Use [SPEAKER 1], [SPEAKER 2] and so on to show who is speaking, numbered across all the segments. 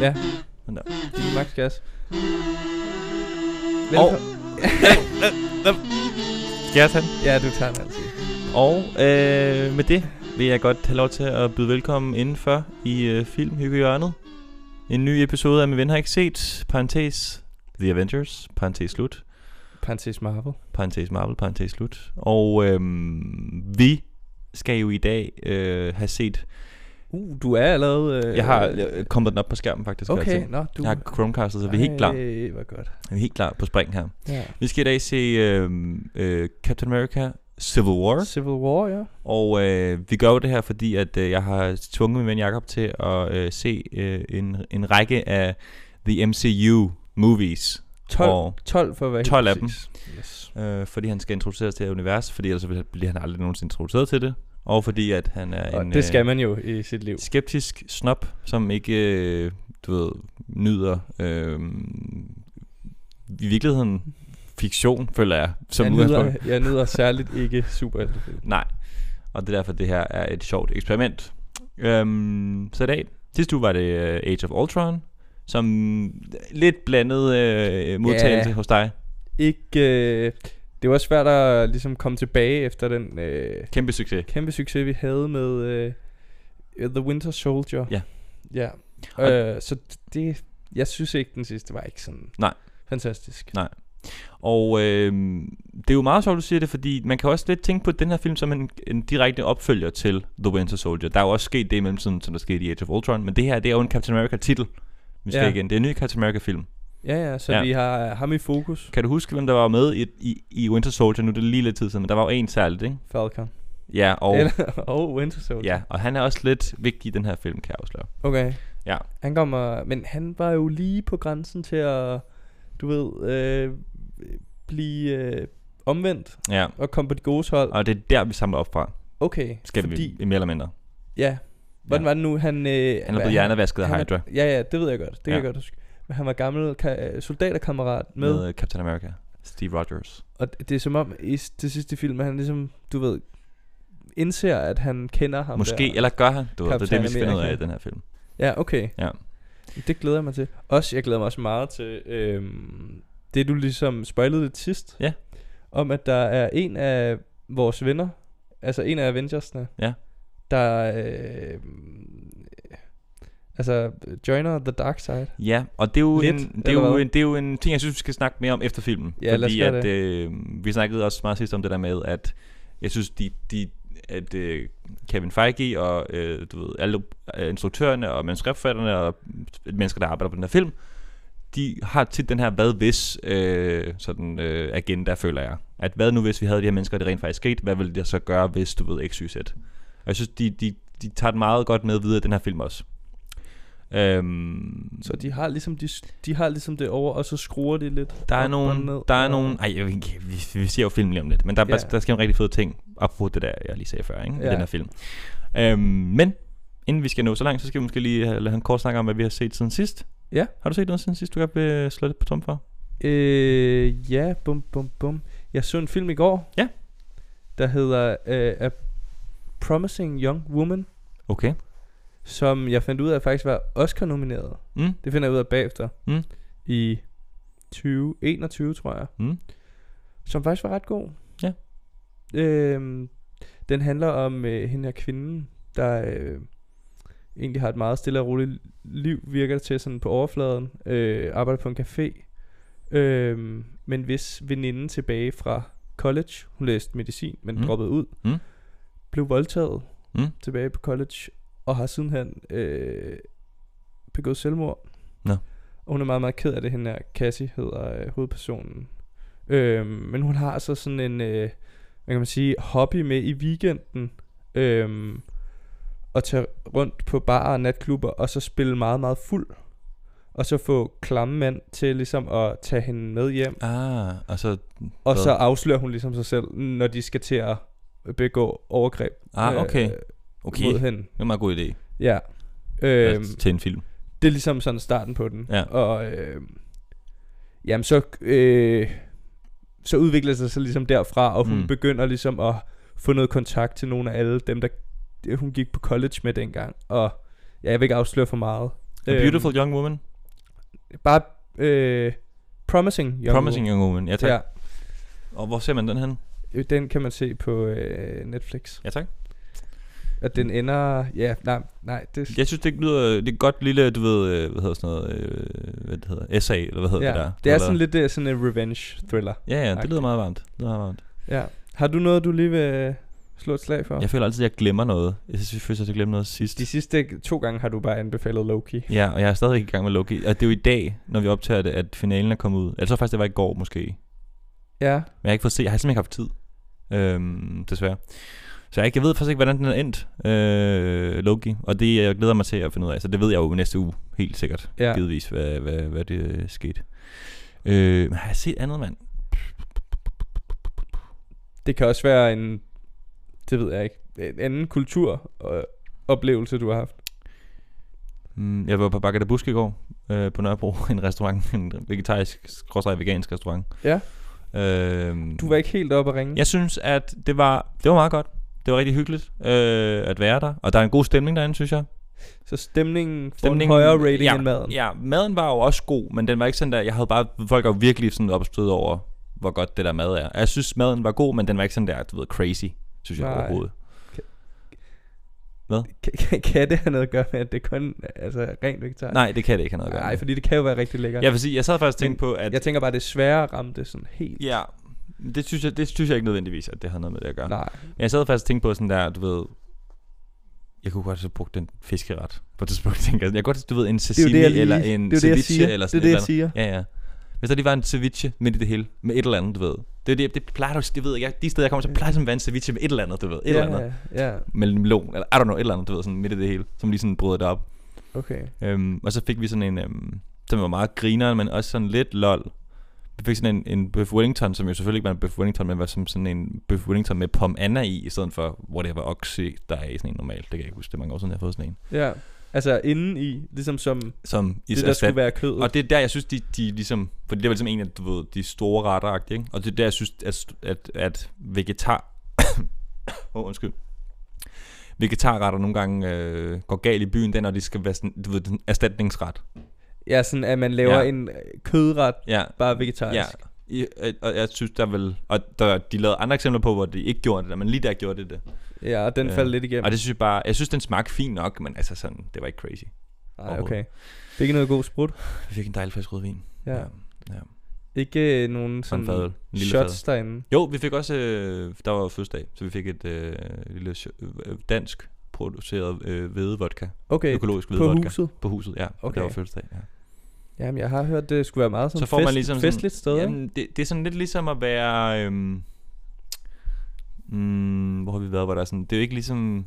[SPEAKER 1] Ja. Men der, det er max gas.
[SPEAKER 2] Og-
[SPEAKER 1] Velkommen.
[SPEAKER 2] Skal jeg tage den?
[SPEAKER 1] Ja, du tager den altid.
[SPEAKER 2] Og øh, med det vil jeg godt have lov til at byde velkommen indenfor i øh, Filmhyggehjørnet. En ny episode af Min Ven har ikke set, parentes The Avengers, parentes slut,
[SPEAKER 1] Parenthes Marvel.
[SPEAKER 2] parentes Marvel, parentes slut. Og øh, vi skal jo i dag øh, have set,
[SPEAKER 1] Uh, du er allerede... Øh,
[SPEAKER 2] jeg har øh, kommet den op på skærmen faktisk. kan jeg
[SPEAKER 1] Okay,
[SPEAKER 2] se.
[SPEAKER 1] nå, du...
[SPEAKER 2] Jeg har Chromecastet, så vi er helt klar.
[SPEAKER 1] Ej, hvor godt.
[SPEAKER 2] Vi er helt klar på spring her.
[SPEAKER 1] Ja.
[SPEAKER 2] Vi skal i dag se øh, øh, Captain America Civil War.
[SPEAKER 1] Civil War, ja.
[SPEAKER 2] Og øh, vi gør jo det her, fordi at øh, jeg har tvunget min ven Jacob til at øh, se øh, en, en række af The MCU movies.
[SPEAKER 1] 12,
[SPEAKER 2] Og
[SPEAKER 1] 12 for at være helt
[SPEAKER 2] 12 af
[SPEAKER 1] præcis. Yes.
[SPEAKER 2] øh, fordi han skal introduceres til det her univers, fordi ellers vil- bliver han aldrig nogensinde introduceret til det. Og fordi at han er
[SPEAKER 1] Og
[SPEAKER 2] en
[SPEAKER 1] det skal man jo i sit liv.
[SPEAKER 2] øh, skeptisk snop, som ikke, øh, du ved, nyder øh, i virkeligheden fiktion, føler jeg, som
[SPEAKER 1] jeg,
[SPEAKER 2] udgangspunkt.
[SPEAKER 1] nyder, jeg nyder særligt ikke superheltefilm.
[SPEAKER 2] Nej. Og det er derfor, det her er et sjovt eksperiment. Øhm, så i dag, sidste uge var det uh, Age of Ultron, som lidt blandet uh, modtagelse
[SPEAKER 1] Ja.
[SPEAKER 2] hos dig.
[SPEAKER 1] Ikke... Øh, det var svært at ligesom komme tilbage efter den øh,
[SPEAKER 2] Kæmpe succes.
[SPEAKER 1] kæmpe succes, vi havde med øh, The Winter Soldier.
[SPEAKER 2] Ja.
[SPEAKER 1] Ja.
[SPEAKER 2] Og-
[SPEAKER 1] Øh, så det... Jeg synes ikke, den sidste var ikke sådan...
[SPEAKER 2] Nej.
[SPEAKER 1] Fantastisk.
[SPEAKER 2] Nej. Og øh, det er jo meget sjovt, du siger det, fordi man kan også lidt tænke på den her film som en, en direkte opfølger til The Winter Soldier. Der er jo også sket det i mellemtiden, som der skete i Age of Ultron, men det her, det er jo en Captain America-titel. Hvis
[SPEAKER 1] Ja.
[SPEAKER 2] det igen. Det er en ny Captain America-film.
[SPEAKER 1] Ja, ja, så
[SPEAKER 2] Ja.
[SPEAKER 1] ja. vi har ham i fokus.
[SPEAKER 2] Kan du huske, hvem der var med i, i, i Winter Soldier? Nu er det lige lidt tid siden, men der var jo en særligt, ikke?
[SPEAKER 1] Falcon.
[SPEAKER 2] Ja, og...
[SPEAKER 1] Eller, og Winter Soldier.
[SPEAKER 2] Ja, og han er også lidt vigtig i den her film, kan jeg afsløre.
[SPEAKER 1] Okay.
[SPEAKER 2] Ja.
[SPEAKER 1] Han kommer, men han var jo lige på grænsen til at, du ved, øh, blive øh, omvendt
[SPEAKER 2] Ja,
[SPEAKER 1] og komme på de gode hold.
[SPEAKER 2] og det er der, vi samler op fra,
[SPEAKER 1] Okay,
[SPEAKER 2] skal
[SPEAKER 1] fordi,
[SPEAKER 2] Fordi... vi mere eller mindre.
[SPEAKER 1] ja, hvordan
[SPEAKER 2] Ja.
[SPEAKER 1] ja. var det nu, han... Øh,
[SPEAKER 2] Han er blevet
[SPEAKER 1] hvad-
[SPEAKER 2] hjernevasket af
[SPEAKER 1] han er-
[SPEAKER 2] Hydra
[SPEAKER 1] Ja, ja, det ved jeg godt, det kan
[SPEAKER 2] Ja.
[SPEAKER 1] jeg godt huske. Men han var gammel ka- øh, soldaterkammerat med,
[SPEAKER 2] med, med
[SPEAKER 1] med,
[SPEAKER 2] øh, Captain America, Steve Rogers.
[SPEAKER 1] og det er som om i s- det sidste film, at han ligesom, du ved, indser, at han kender ham
[SPEAKER 2] Måske,
[SPEAKER 1] der.
[SPEAKER 2] eller gør han, du ved, det er det,
[SPEAKER 1] Captain
[SPEAKER 2] vi skal finde ud af i
[SPEAKER 1] America.
[SPEAKER 2] den her film.
[SPEAKER 1] Ja, okay.
[SPEAKER 2] Ja.
[SPEAKER 1] Det glæder jeg mig til. Også, jeg glæder mig også meget til øhm, det, du ligesom spoilede lidt sidst.
[SPEAKER 2] Ja.
[SPEAKER 1] Om, at der er en af vores venner, altså en af Avengers'ne,
[SPEAKER 2] Ja.
[SPEAKER 1] der øh, altså joiner the dark side.
[SPEAKER 2] Ja, og det er, jo
[SPEAKER 1] Lidt,
[SPEAKER 2] en, det, er
[SPEAKER 1] eller
[SPEAKER 2] jo
[SPEAKER 1] hvad?
[SPEAKER 2] en, det er jo en ting, jeg synes, vi skal snakke mere om efter filmen.
[SPEAKER 1] Ja, lad os
[SPEAKER 2] fordi
[SPEAKER 1] gøre
[SPEAKER 2] at, øh, vi snakkede også meget sidst om det der med, at jeg synes, de, de, at øh, Kevin Feige og øh, du ved, alle øh, instruktørerne og manuskriptforfatterne og mennesker, der arbejder på den her film, de har tit den her hvad hvis øh, sådan, øh, agenda, føler jeg. At hvad nu hvis vi havde de her mennesker, og det rent faktisk skete, hvad ville jeg så gøre, hvis du ved x, y, z? Og jeg synes, de, de, de tager det meget godt med videre i den her film også. Øhm,
[SPEAKER 1] Så de har ligesom, de, de har ligesom det over, og så skruer de lidt.
[SPEAKER 2] der er
[SPEAKER 1] op og ned,
[SPEAKER 2] nogen, der er
[SPEAKER 1] og-
[SPEAKER 2] nogen, ej, jeg, vi, vi, vi ser jo filmen lige om lidt, men der,
[SPEAKER 1] Ja.
[SPEAKER 2] yeah. der, der sker en rigtig fed ting, apropos det der, jeg lige sagde før, ikke, yeah. i
[SPEAKER 1] Ja.
[SPEAKER 2] den her film. Øhm, men, inden vi skal nå så langt, så skal vi måske lige have- lade han kort snakke om, hvad vi har set siden sidst.
[SPEAKER 1] Ja.
[SPEAKER 2] Har du set noget siden sidst, du godt vil slå lidt på tom for?
[SPEAKER 1] Øh, ja, bum, bum, bum. Jeg så en film i går.
[SPEAKER 2] Ja.
[SPEAKER 1] Der hedder øh, A Promising Young Woman,
[SPEAKER 2] Okay.
[SPEAKER 1] som jeg fandt ud af faktisk var Oscar-nomineret.
[SPEAKER 2] Mm,
[SPEAKER 1] Det finder jeg ud af bagefter.
[SPEAKER 2] Mm.
[SPEAKER 1] I 2021, tror jeg.
[SPEAKER 2] mm,
[SPEAKER 1] Som faktisk var ret god.
[SPEAKER 2] Ja.
[SPEAKER 1] Øhm, den handler om øh, hende her kvinden, der øh, egentlig har et meget stille og roligt liv, virker det til sådan på overfladen. Øh, arbejder på en café. Øh, men hvis veninden tilbage fra college, hun læste medicin, men
[SPEAKER 2] Mm.
[SPEAKER 1] mm. droppede ud,
[SPEAKER 2] Mm.
[SPEAKER 1] blev voldtaget
[SPEAKER 2] Mm.
[SPEAKER 1] tilbage på college, og har sidenhen øh, begået selvmord.
[SPEAKER 2] Nå.
[SPEAKER 1] Og hun er meget, meget ked af det, hende her Cassie hedder øh, hovedpersonen. Øhm, men hun har så sådan en, øh, hvad kan man sige, hobby med i weekenden. Øhm, at tage rundt på barer og natklubber, og så spille meget, meget fuld. Og så få klamme mænd til ligesom at tage hende med hjem.
[SPEAKER 2] ah, og så,
[SPEAKER 1] Og
[SPEAKER 2] Hvad?
[SPEAKER 1] så afslører hun ligesom sig selv, når de skal til at begå overgreb
[SPEAKER 2] ah, okay,
[SPEAKER 1] øh,
[SPEAKER 2] okay,
[SPEAKER 1] mod
[SPEAKER 2] det
[SPEAKER 1] hende.
[SPEAKER 2] er en meget god idé
[SPEAKER 1] Ja. Øhm,
[SPEAKER 2] øhm, til en film.
[SPEAKER 1] det er ligesom sådan starten på den.
[SPEAKER 2] Ja.
[SPEAKER 1] Og øh, jamen så, øh, så udvikler det sig så ligesom derfra, og hun
[SPEAKER 2] Mm.
[SPEAKER 1] mm. begynder ligesom at få noget kontakt til nogle af alle dem, der hun gik på college med dengang. Og ja, jeg vil ikke afsløre for meget. Øhm,
[SPEAKER 2] A Beautiful Young Woman.
[SPEAKER 1] Bare øh, Promising Young
[SPEAKER 2] Promising Young Woman. Ja, tak.
[SPEAKER 1] Ja,
[SPEAKER 2] Ja. Og hvor ser man den hen?
[SPEAKER 1] øh, den kan man se på øh, Netflix.
[SPEAKER 2] Ja, tak.
[SPEAKER 1] At den ender... Ja, nej, nej det,
[SPEAKER 2] Jeg synes, det lyder... Det er et godt lille, du ved... øh, Hvad hedder sådan noget... øh, Hvad det hedder? essay, eller hvad hedder
[SPEAKER 1] ja,
[SPEAKER 2] det der?
[SPEAKER 1] det er
[SPEAKER 2] Eller-
[SPEAKER 1] sådan lidt øh, sådan en revenge thriller.
[SPEAKER 2] Ja, ja, det
[SPEAKER 1] Agtigt.
[SPEAKER 2] lyder meget varmt. Det lyder meget varmt.
[SPEAKER 1] Ja. Har du noget, du lige vil slå et slag for?
[SPEAKER 2] Jeg føler altid, at jeg glemmer noget. Jeg synes, jeg føler, at jeg glemmer noget sidst.
[SPEAKER 1] De sidste to gange har du bare anbefalet Loki.
[SPEAKER 2] Ja, og jeg er stadig i gang med Loki. Og det er jo i dag, når vi optager det, at finalen er kommet ud. Jeg tror faktisk, det var i går måske. Men
[SPEAKER 1] Ja.
[SPEAKER 2] jeg har ikke fået se. Jeg har simpelthen ikke haft tid. Øhm, desværre. Så jeg, ikke- jeg ved faktisk ikke, hvordan den er endt, øh, Loki. Og det jeg glæder mig til at finde ud af. Så det ved jeg jo næste uge, helt sikkert. Ja.
[SPEAKER 1] Ja.
[SPEAKER 2] Givetvis, hvad, hvad, hvad det øh, skete. Øh, men har jeg set andet, mand?
[SPEAKER 1] Det kan også være en... Det ved jeg ikke. En anden kultur og oplevelse, du har haft.
[SPEAKER 2] Mm, jeg var på Bakker Busk i går, øh, på Nørrebro, en restaurant, en vegetarisk, skråstrej vegansk restaurant.
[SPEAKER 1] Ja.
[SPEAKER 2] Øh,
[SPEAKER 1] Du var ikke helt oppe at ringe.
[SPEAKER 2] Jeg synes, at det var, det var meget godt. Det var rigtig hyggeligt øh, at være der. Og der er en god stemning derinde, synes jeg.
[SPEAKER 1] Så stemningen får
[SPEAKER 2] Stemningen-
[SPEAKER 1] en højere rating
[SPEAKER 2] ja,
[SPEAKER 1] end maden.
[SPEAKER 2] Ja, maden var jo også god, men den var ikke sådan der... Jeg havde bare... Folk er jo virkelig sådan opstået over, hvor godt det der mad er. Jeg synes, maden var god, men den var ikke sådan der, du ved, crazy, synes jeg
[SPEAKER 1] Nej.
[SPEAKER 2] overhovedet.
[SPEAKER 1] Kan- Kan, kan det have noget at gøre med, at det kun er altså, rent vegetar?
[SPEAKER 2] Nej, det kan det ikke have noget at gøre.
[SPEAKER 1] Nej,
[SPEAKER 2] med.
[SPEAKER 1] fordi det kan jo være rigtig lækkert.
[SPEAKER 2] Jeg vil sige, jeg sad faktisk og tænkte på, at...
[SPEAKER 1] Jeg tænker bare, det er sværere at ramme det sådan helt.
[SPEAKER 2] Ja, det synes, jeg, det synes jeg ikke nødvendigvis, at det havde noget med det at gøre.
[SPEAKER 1] Nej.
[SPEAKER 2] Men jeg sad faktisk og tænkte på sådan der, du ved... Jeg kunne godt have brugt den fiskeret på et tidspunkt, tænker jeg. Jeg kunne godt, du ved, en
[SPEAKER 1] Det er jo
[SPEAKER 2] sashimi
[SPEAKER 1] det, jeg lige,
[SPEAKER 2] eller en
[SPEAKER 1] det er jo det, jeg
[SPEAKER 2] ceviche
[SPEAKER 1] siger.
[SPEAKER 2] eller
[SPEAKER 1] det er
[SPEAKER 2] sådan
[SPEAKER 1] det,
[SPEAKER 2] et
[SPEAKER 1] jeg
[SPEAKER 2] eller
[SPEAKER 1] siger.
[SPEAKER 2] andet. Ja, ja. Hvis der lige var en ceviche midt i det hele, med et eller andet, du ved. Det, er det, det plejer du, det ved jeg, jeg- de steder jeg kommer, så plejer det som at være en ceviche med et eller andet, du ved. Et eller andet.
[SPEAKER 1] Ja, ja,
[SPEAKER 2] Med melon, eller I don't know, et eller andet, du ved, sådan midt i det hele, som lige sådan bryder det op.
[SPEAKER 1] okay.
[SPEAKER 2] Øhm, og så fik vi sådan en, øhm, den var meget grineren, men også sådan lidt lol. Vi fik sådan en, en Bøf Wellington, som jo selvfølgelig ikke var en Bøf Wellington, men var som sådan en Bøf Wellington med pom anna i, i stedet for whatever oxy, der er i sådan en normalt. Det kan jeg ikke huske, det er mange år siden, jeg har fået sådan en.
[SPEAKER 1] Ja. Altså inden i, ligesom som det,
[SPEAKER 2] Som i
[SPEAKER 1] der skulle være kød.
[SPEAKER 2] og det er der, jeg synes, de, de ligesom... For det var ligesom en af du ved, de store retter, ikke? Og det er der, jeg synes, at, at, at vegetar... Åh, oh, undskyld. Vegetarretter nogle gange øh, går galt i byen, den når de skal være sådan, du ved, den erstatningsret.
[SPEAKER 1] Ja, sådan at man laver
[SPEAKER 2] Ja.
[SPEAKER 1] ja. en øh, kødret,
[SPEAKER 2] Ja,
[SPEAKER 1] bare vegetarisk.
[SPEAKER 2] Ja, I, øh, og jeg synes der vel, og der, de lavede andre eksempler på, hvor de ikke gjorde det der, men lige der gjorde det det.
[SPEAKER 1] Ja, ja og den
[SPEAKER 2] Ja.
[SPEAKER 1] ja. faldt lidt igennem.
[SPEAKER 2] Og det synes jeg bare, jeg synes den smagte fint nok, men altså sådan, det var ikke crazy.
[SPEAKER 1] Nej, okay. Det er ikke noget god sprut.
[SPEAKER 2] Jeg fik en dejlig flaske rødvin.
[SPEAKER 1] Ja.
[SPEAKER 2] ja.
[SPEAKER 1] ja.
[SPEAKER 2] ja.
[SPEAKER 1] Ikke øh, nogen
[SPEAKER 2] Sådan
[SPEAKER 1] sådan
[SPEAKER 2] en fadøl. En lille fadøl.
[SPEAKER 1] shots derinde.
[SPEAKER 2] Jo, vi fik også, øh, der var fødselsdag, så vi fik et øh, lille sj- øh, dansk produceret øh, hvide vodka.
[SPEAKER 1] Okay,
[SPEAKER 2] Økologisk hvide
[SPEAKER 1] på
[SPEAKER 2] vodka.
[SPEAKER 1] huset.
[SPEAKER 2] På huset, ja. Okay.
[SPEAKER 1] Okay.
[SPEAKER 2] Der var fødselsdag, ja.
[SPEAKER 1] Jamen, jeg har hørt, det skulle være meget sådan
[SPEAKER 2] Så får
[SPEAKER 1] fest,
[SPEAKER 2] man ligesom sådan-
[SPEAKER 1] festligt sted, ikke?
[SPEAKER 2] Jamen, det, det er sådan lidt ligesom at være... Øhm, mm, hvor har vi været, hvor der er sådan... Det er jo ikke ligesom...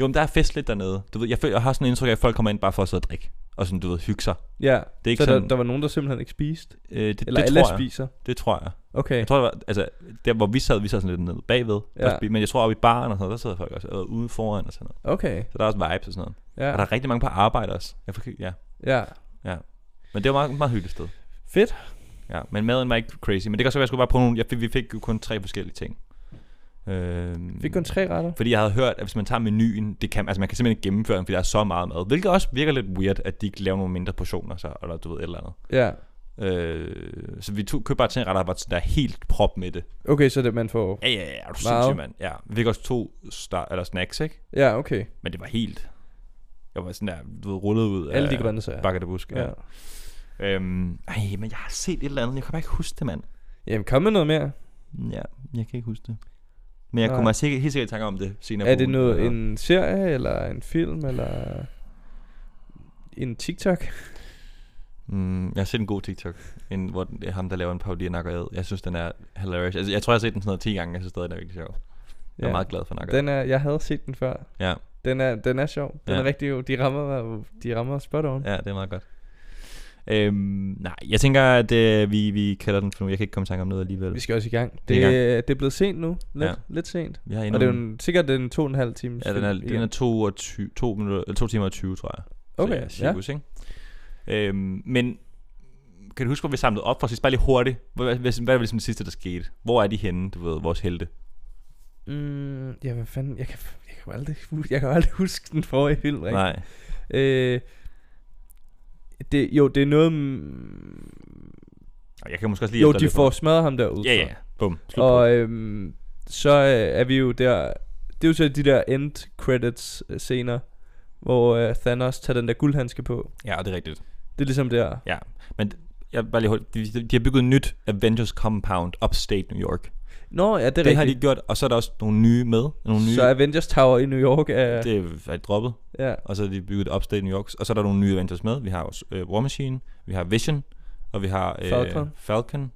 [SPEAKER 2] Jo, men der er fest lidt dernede. Du ved, jeg, føler, jeg har sådan en indtryk af, at folk kommer ind bare for at sidde og drikke. Og sådan, du ved, hygge sig.
[SPEAKER 1] Ja,
[SPEAKER 2] Det er ikke
[SPEAKER 1] så
[SPEAKER 2] sådan...
[SPEAKER 1] der, der var nogen, der simpelthen ikke spiste.
[SPEAKER 2] øh, det,
[SPEAKER 1] Eller
[SPEAKER 2] det,
[SPEAKER 1] alle
[SPEAKER 2] tror jeg.
[SPEAKER 1] spiser.
[SPEAKER 2] Det tror jeg.
[SPEAKER 1] Okay,
[SPEAKER 2] Jeg tror, det var, altså, der hvor vi sad, vi sad sådan lidt nede bagved.
[SPEAKER 1] Ja.
[SPEAKER 2] Ja. Men jeg tror, oppe i baren og sådan noget, der sidder folk også og ude foran og sådan noget.
[SPEAKER 1] okay.
[SPEAKER 2] Så der er også vibes og sådan noget. Ja. Og der
[SPEAKER 1] Ja,
[SPEAKER 2] er rigtig mange på arbejde også. Jeg får, ja.
[SPEAKER 1] ja.
[SPEAKER 2] Men det var meget, meget hyggeligt sted.
[SPEAKER 1] Fedt.
[SPEAKER 2] Ja, men maden var ikke crazy. Men det kan også være, at jeg skulle bare prøve nogle... Jeg fik, vi fik jo kun tre forskellige ting. Øhm,
[SPEAKER 1] Fik kun tre retter.
[SPEAKER 2] Fordi jeg havde hørt, at hvis man tager menuen, det kan, altså man kan simpelthen ikke gennemføre den, fordi der er så meget mad. Hvilket også virker lidt weird, at de ikke laver nogle mindre portioner, så, eller du ved, et eller andet.
[SPEAKER 1] Ja.
[SPEAKER 2] Øh, så vi tog, købte bare ting, der var sådan der helt prop med det.
[SPEAKER 1] Okay, så det man får...
[SPEAKER 2] Ja, ja, ja, er du
[SPEAKER 1] Wow.
[SPEAKER 2] sindssyg, mand. Ja, vi fik også to star, eller snacks, ikke?
[SPEAKER 1] Ja, okay.
[SPEAKER 2] Men det var helt... Jeg var sådan der, du ved, rullet ud
[SPEAKER 1] Alle de grønne sager.
[SPEAKER 2] Bakker det busk, ja.
[SPEAKER 1] Ja.
[SPEAKER 2] ja. Øhm, ej, men jeg har set et eller andet, jeg kan bare ikke huske det, mand.
[SPEAKER 1] Jamen, kom med noget mere.
[SPEAKER 2] Ja, jeg kan ikke huske det. Men jeg
[SPEAKER 1] Nej.
[SPEAKER 2] kommer sikkert, helt sikkert i tanke om det senere.
[SPEAKER 1] Er
[SPEAKER 2] på
[SPEAKER 1] det
[SPEAKER 2] ugen,
[SPEAKER 1] noget,
[SPEAKER 2] eller-
[SPEAKER 1] en serie, eller en film, eller en TikTok?
[SPEAKER 2] Mm, jeg har set en god TikTok, en, hvor den, det er ham, der laver en parodi af Nakkerad. Jeg synes, den er hilarious. Altså, jeg tror, jeg har set den sådan noget 10 gange. Jeg synes stadig, den er virkelig sjov. Jeg er meget glad for Nakkerad.
[SPEAKER 1] den er, jeg havde set den før.
[SPEAKER 2] Ja,
[SPEAKER 1] Den er, den er sjov. Den
[SPEAKER 2] Ja.
[SPEAKER 1] ja. er rigtig jo. De rammer, jo- de rammer spot on. Ja.
[SPEAKER 2] ja, det er meget godt. Øhm, nej, jeg tænker, at øh, vi, vi kalder den for nu. Jeg kan ikke komme i tanke om noget alligevel.
[SPEAKER 1] Vi skal også i gang.
[SPEAKER 2] Vi er
[SPEAKER 1] Det,
[SPEAKER 2] i
[SPEAKER 1] det er blevet sent nu. Lidt,
[SPEAKER 2] Ja.
[SPEAKER 1] ja. lidt sent.
[SPEAKER 2] Vi har endnu
[SPEAKER 1] Og det er jo en, sikkert en to og en halv time.
[SPEAKER 2] ja, den er, den er 22, 2, minutter, 2 timer og 20, tror jeg.
[SPEAKER 1] Okay,
[SPEAKER 2] så, ja,
[SPEAKER 1] ja.
[SPEAKER 2] cirkus, ja. ikke? Øhm, men kan du huske, hvor vi samlede op for sidst? Bare lige hurtigt. Hvad, hvad, hvad, hvad var ligesom det sidste, der skete? Hvor er de henne, du ved, vores helte?
[SPEAKER 1] Mm, ja, hvad fanden? Jeg kan, jeg kan jo aldrig, hu- jeg kan jo aldrig huske den forrige film,
[SPEAKER 2] Nej.
[SPEAKER 1] Øh, det, jo, det er noget... mm,
[SPEAKER 2] Og Jeg kan måske også lige
[SPEAKER 1] Jo,
[SPEAKER 2] efter
[SPEAKER 1] de
[SPEAKER 2] lidt.
[SPEAKER 1] får smadret ham derude.
[SPEAKER 2] Ja, ja. Bum. Slut på.
[SPEAKER 1] Og øhm, så øh, er vi jo der... Det er jo så de der end credits øh, scener, hvor øh, Thanos tager den der guldhandske på.
[SPEAKER 2] Ja, det er rigtigt.
[SPEAKER 1] Det er ligesom der.
[SPEAKER 2] Ja. Men jeg vil bare lige holdt, de, de, de har bygget et nyt Avengers Compound upstate New York. Det,
[SPEAKER 1] Nå, ja, det er
[SPEAKER 2] det
[SPEAKER 1] rigtigt.
[SPEAKER 2] har de gjort, og så er der også nogle nye med. Nogle nye,
[SPEAKER 1] Så Avengers Tower i New York er... Det.
[SPEAKER 2] det er, er droppet.
[SPEAKER 1] Ja.
[SPEAKER 2] Og så har de bygget upstate New York, og så er der nogle nye Avengers med. Vi har også øh, War Machine, vi har Vision, og vi har øh,
[SPEAKER 1] Falcon.
[SPEAKER 2] Falcon.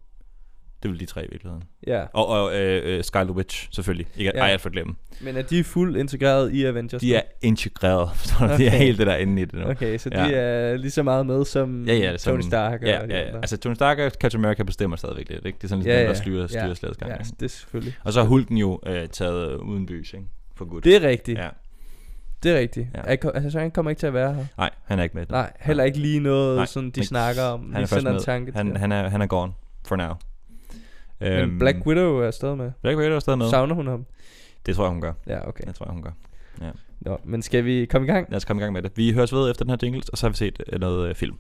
[SPEAKER 2] Det er vel de tre i virkeligheden.
[SPEAKER 1] ja.
[SPEAKER 2] Og, og øh, øh, Scarlet Witch, selvfølgelig. Ikke
[SPEAKER 1] Ja.
[SPEAKER 2] ja. ej at forglemme.
[SPEAKER 1] Men er de fuldt integreret i Avengers?
[SPEAKER 2] De er integreret. forstår du? De er
[SPEAKER 1] Okay.
[SPEAKER 2] helt det der inde i det nu.
[SPEAKER 1] Okay, så de
[SPEAKER 2] Ja.
[SPEAKER 1] er lige så meget med som
[SPEAKER 2] Ja, ja, det er
[SPEAKER 1] Tony
[SPEAKER 2] sådan-
[SPEAKER 1] Stark og
[SPEAKER 2] Ja,
[SPEAKER 1] de
[SPEAKER 2] ja, ja.
[SPEAKER 1] andre.
[SPEAKER 2] Altså, Tony Stark og Captain America bestemmer stadigvæk lidt, ikke? Det er sådan lidt ja, dem, der styrer, styrer ja, slagets gang.
[SPEAKER 1] Ja,
[SPEAKER 2] Ja.
[SPEAKER 1] det er selvfølgelig.
[SPEAKER 2] Og så har Hulken jo øh, taget øh, uden bys, ikke? For godt.
[SPEAKER 1] Det er rigtigt. Ja.
[SPEAKER 2] Ja.
[SPEAKER 1] Det er rigtigt.
[SPEAKER 2] Ja.
[SPEAKER 1] Ja. Altså, så han kommer ikke til at være her.
[SPEAKER 2] Nej, han er ikke med.
[SPEAKER 1] Nej, heller ikke lige noget,
[SPEAKER 2] Nej,
[SPEAKER 1] Nej, sådan de
[SPEAKER 2] men
[SPEAKER 1] snakker om.
[SPEAKER 2] han er
[SPEAKER 1] Han
[SPEAKER 2] først
[SPEAKER 1] sender en
[SPEAKER 2] med.
[SPEAKER 1] tanke til.
[SPEAKER 2] Han, han, er, han er gone. For now.
[SPEAKER 1] Men
[SPEAKER 2] Øhm,
[SPEAKER 1] Black Widow er stadig med.
[SPEAKER 2] Black Widow er stadig med.
[SPEAKER 1] Savner hun ham?
[SPEAKER 2] Det tror jeg, hun gør.
[SPEAKER 1] Ja, okay.
[SPEAKER 2] Det tror jeg, hun gør.
[SPEAKER 1] Nå, men skal vi komme i gang?
[SPEAKER 2] Lad os komme i gang med det. Vi høres ved efter den her jingle, og så har vi set øh, noget øh, film.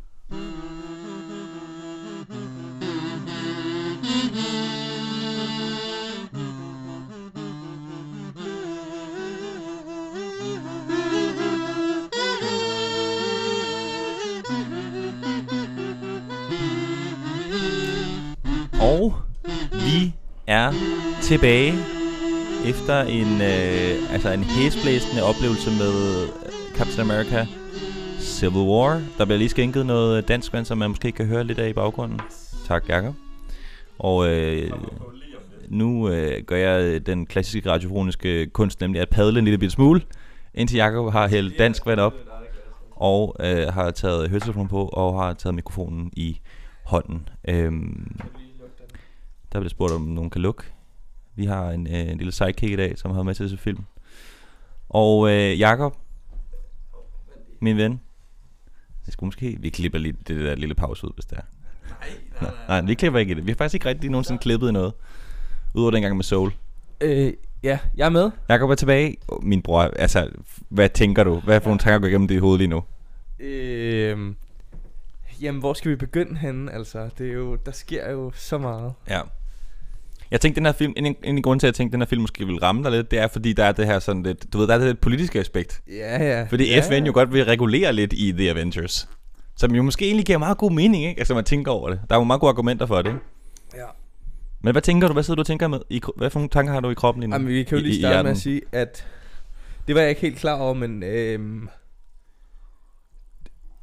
[SPEAKER 2] Og vi er tilbage efter en, øh, altså en hæsblæsende oplevelse med Captain America Civil War. Der bliver lige skænket noget dansk vand, som man måske kan høre lidt af i baggrunden. Tak, Jacob. Og øh, nu øh, gør jeg den klassiske radiofoniske kunst, nemlig at padle en lille bitte smule, indtil Jacob har hældt dansk vand op og øh, har taget høretelefonen på og har taget mikrofonen i hånden. Øhm, der blev spurgt, om nogen kan lukke. Vi har en, øh, en lille sidekick i dag, som har med til at film. Og øh, Jakob, min ven, det skulle måske... Vi klipper lige det der lille pause ud, hvis det er. Nej, nej, nej. vi klipper ikke i det. Vi har faktisk ikke rigtig nogensinde klippet i noget. Udover dengang med Soul.
[SPEAKER 1] Øh, ja, jeg er med.
[SPEAKER 2] Jakob er tilbage. Åh, Min bror, altså, hvad tænker du? Hvad for nogle tanker går igennem dit hoved lige nu?
[SPEAKER 1] Øh, jamen, hvor skal vi begynde henne? Altså, det er jo, der sker jo så meget.
[SPEAKER 2] Ja. Jeg tænkte, den her film, en, en grund til, at jeg tænkte, den her film måske vil ramme dig lidt, det er, fordi der er det her sådan lidt, du ved, der er det lidt politiske aspekt.
[SPEAKER 1] Ja, ja.
[SPEAKER 2] Fordi
[SPEAKER 1] ja,
[SPEAKER 2] ja. FN jo godt vil regulere lidt i The Avengers. Som jo måske egentlig giver meget god mening, ikke? Altså, man tænker over det. Der er jo mange gode argumenter for det, ikke?
[SPEAKER 1] Ja.
[SPEAKER 2] Men hvad tænker du? Hvad sidder du og tænker med? I, kro- hvad for nogle tanker har du i kroppen lige nu?
[SPEAKER 1] Jamen, vi kan jo
[SPEAKER 2] I-
[SPEAKER 1] lige
[SPEAKER 2] i
[SPEAKER 1] starte med
[SPEAKER 2] hjernen?
[SPEAKER 1] at sige, at det var jeg ikke helt klar over, men øhm,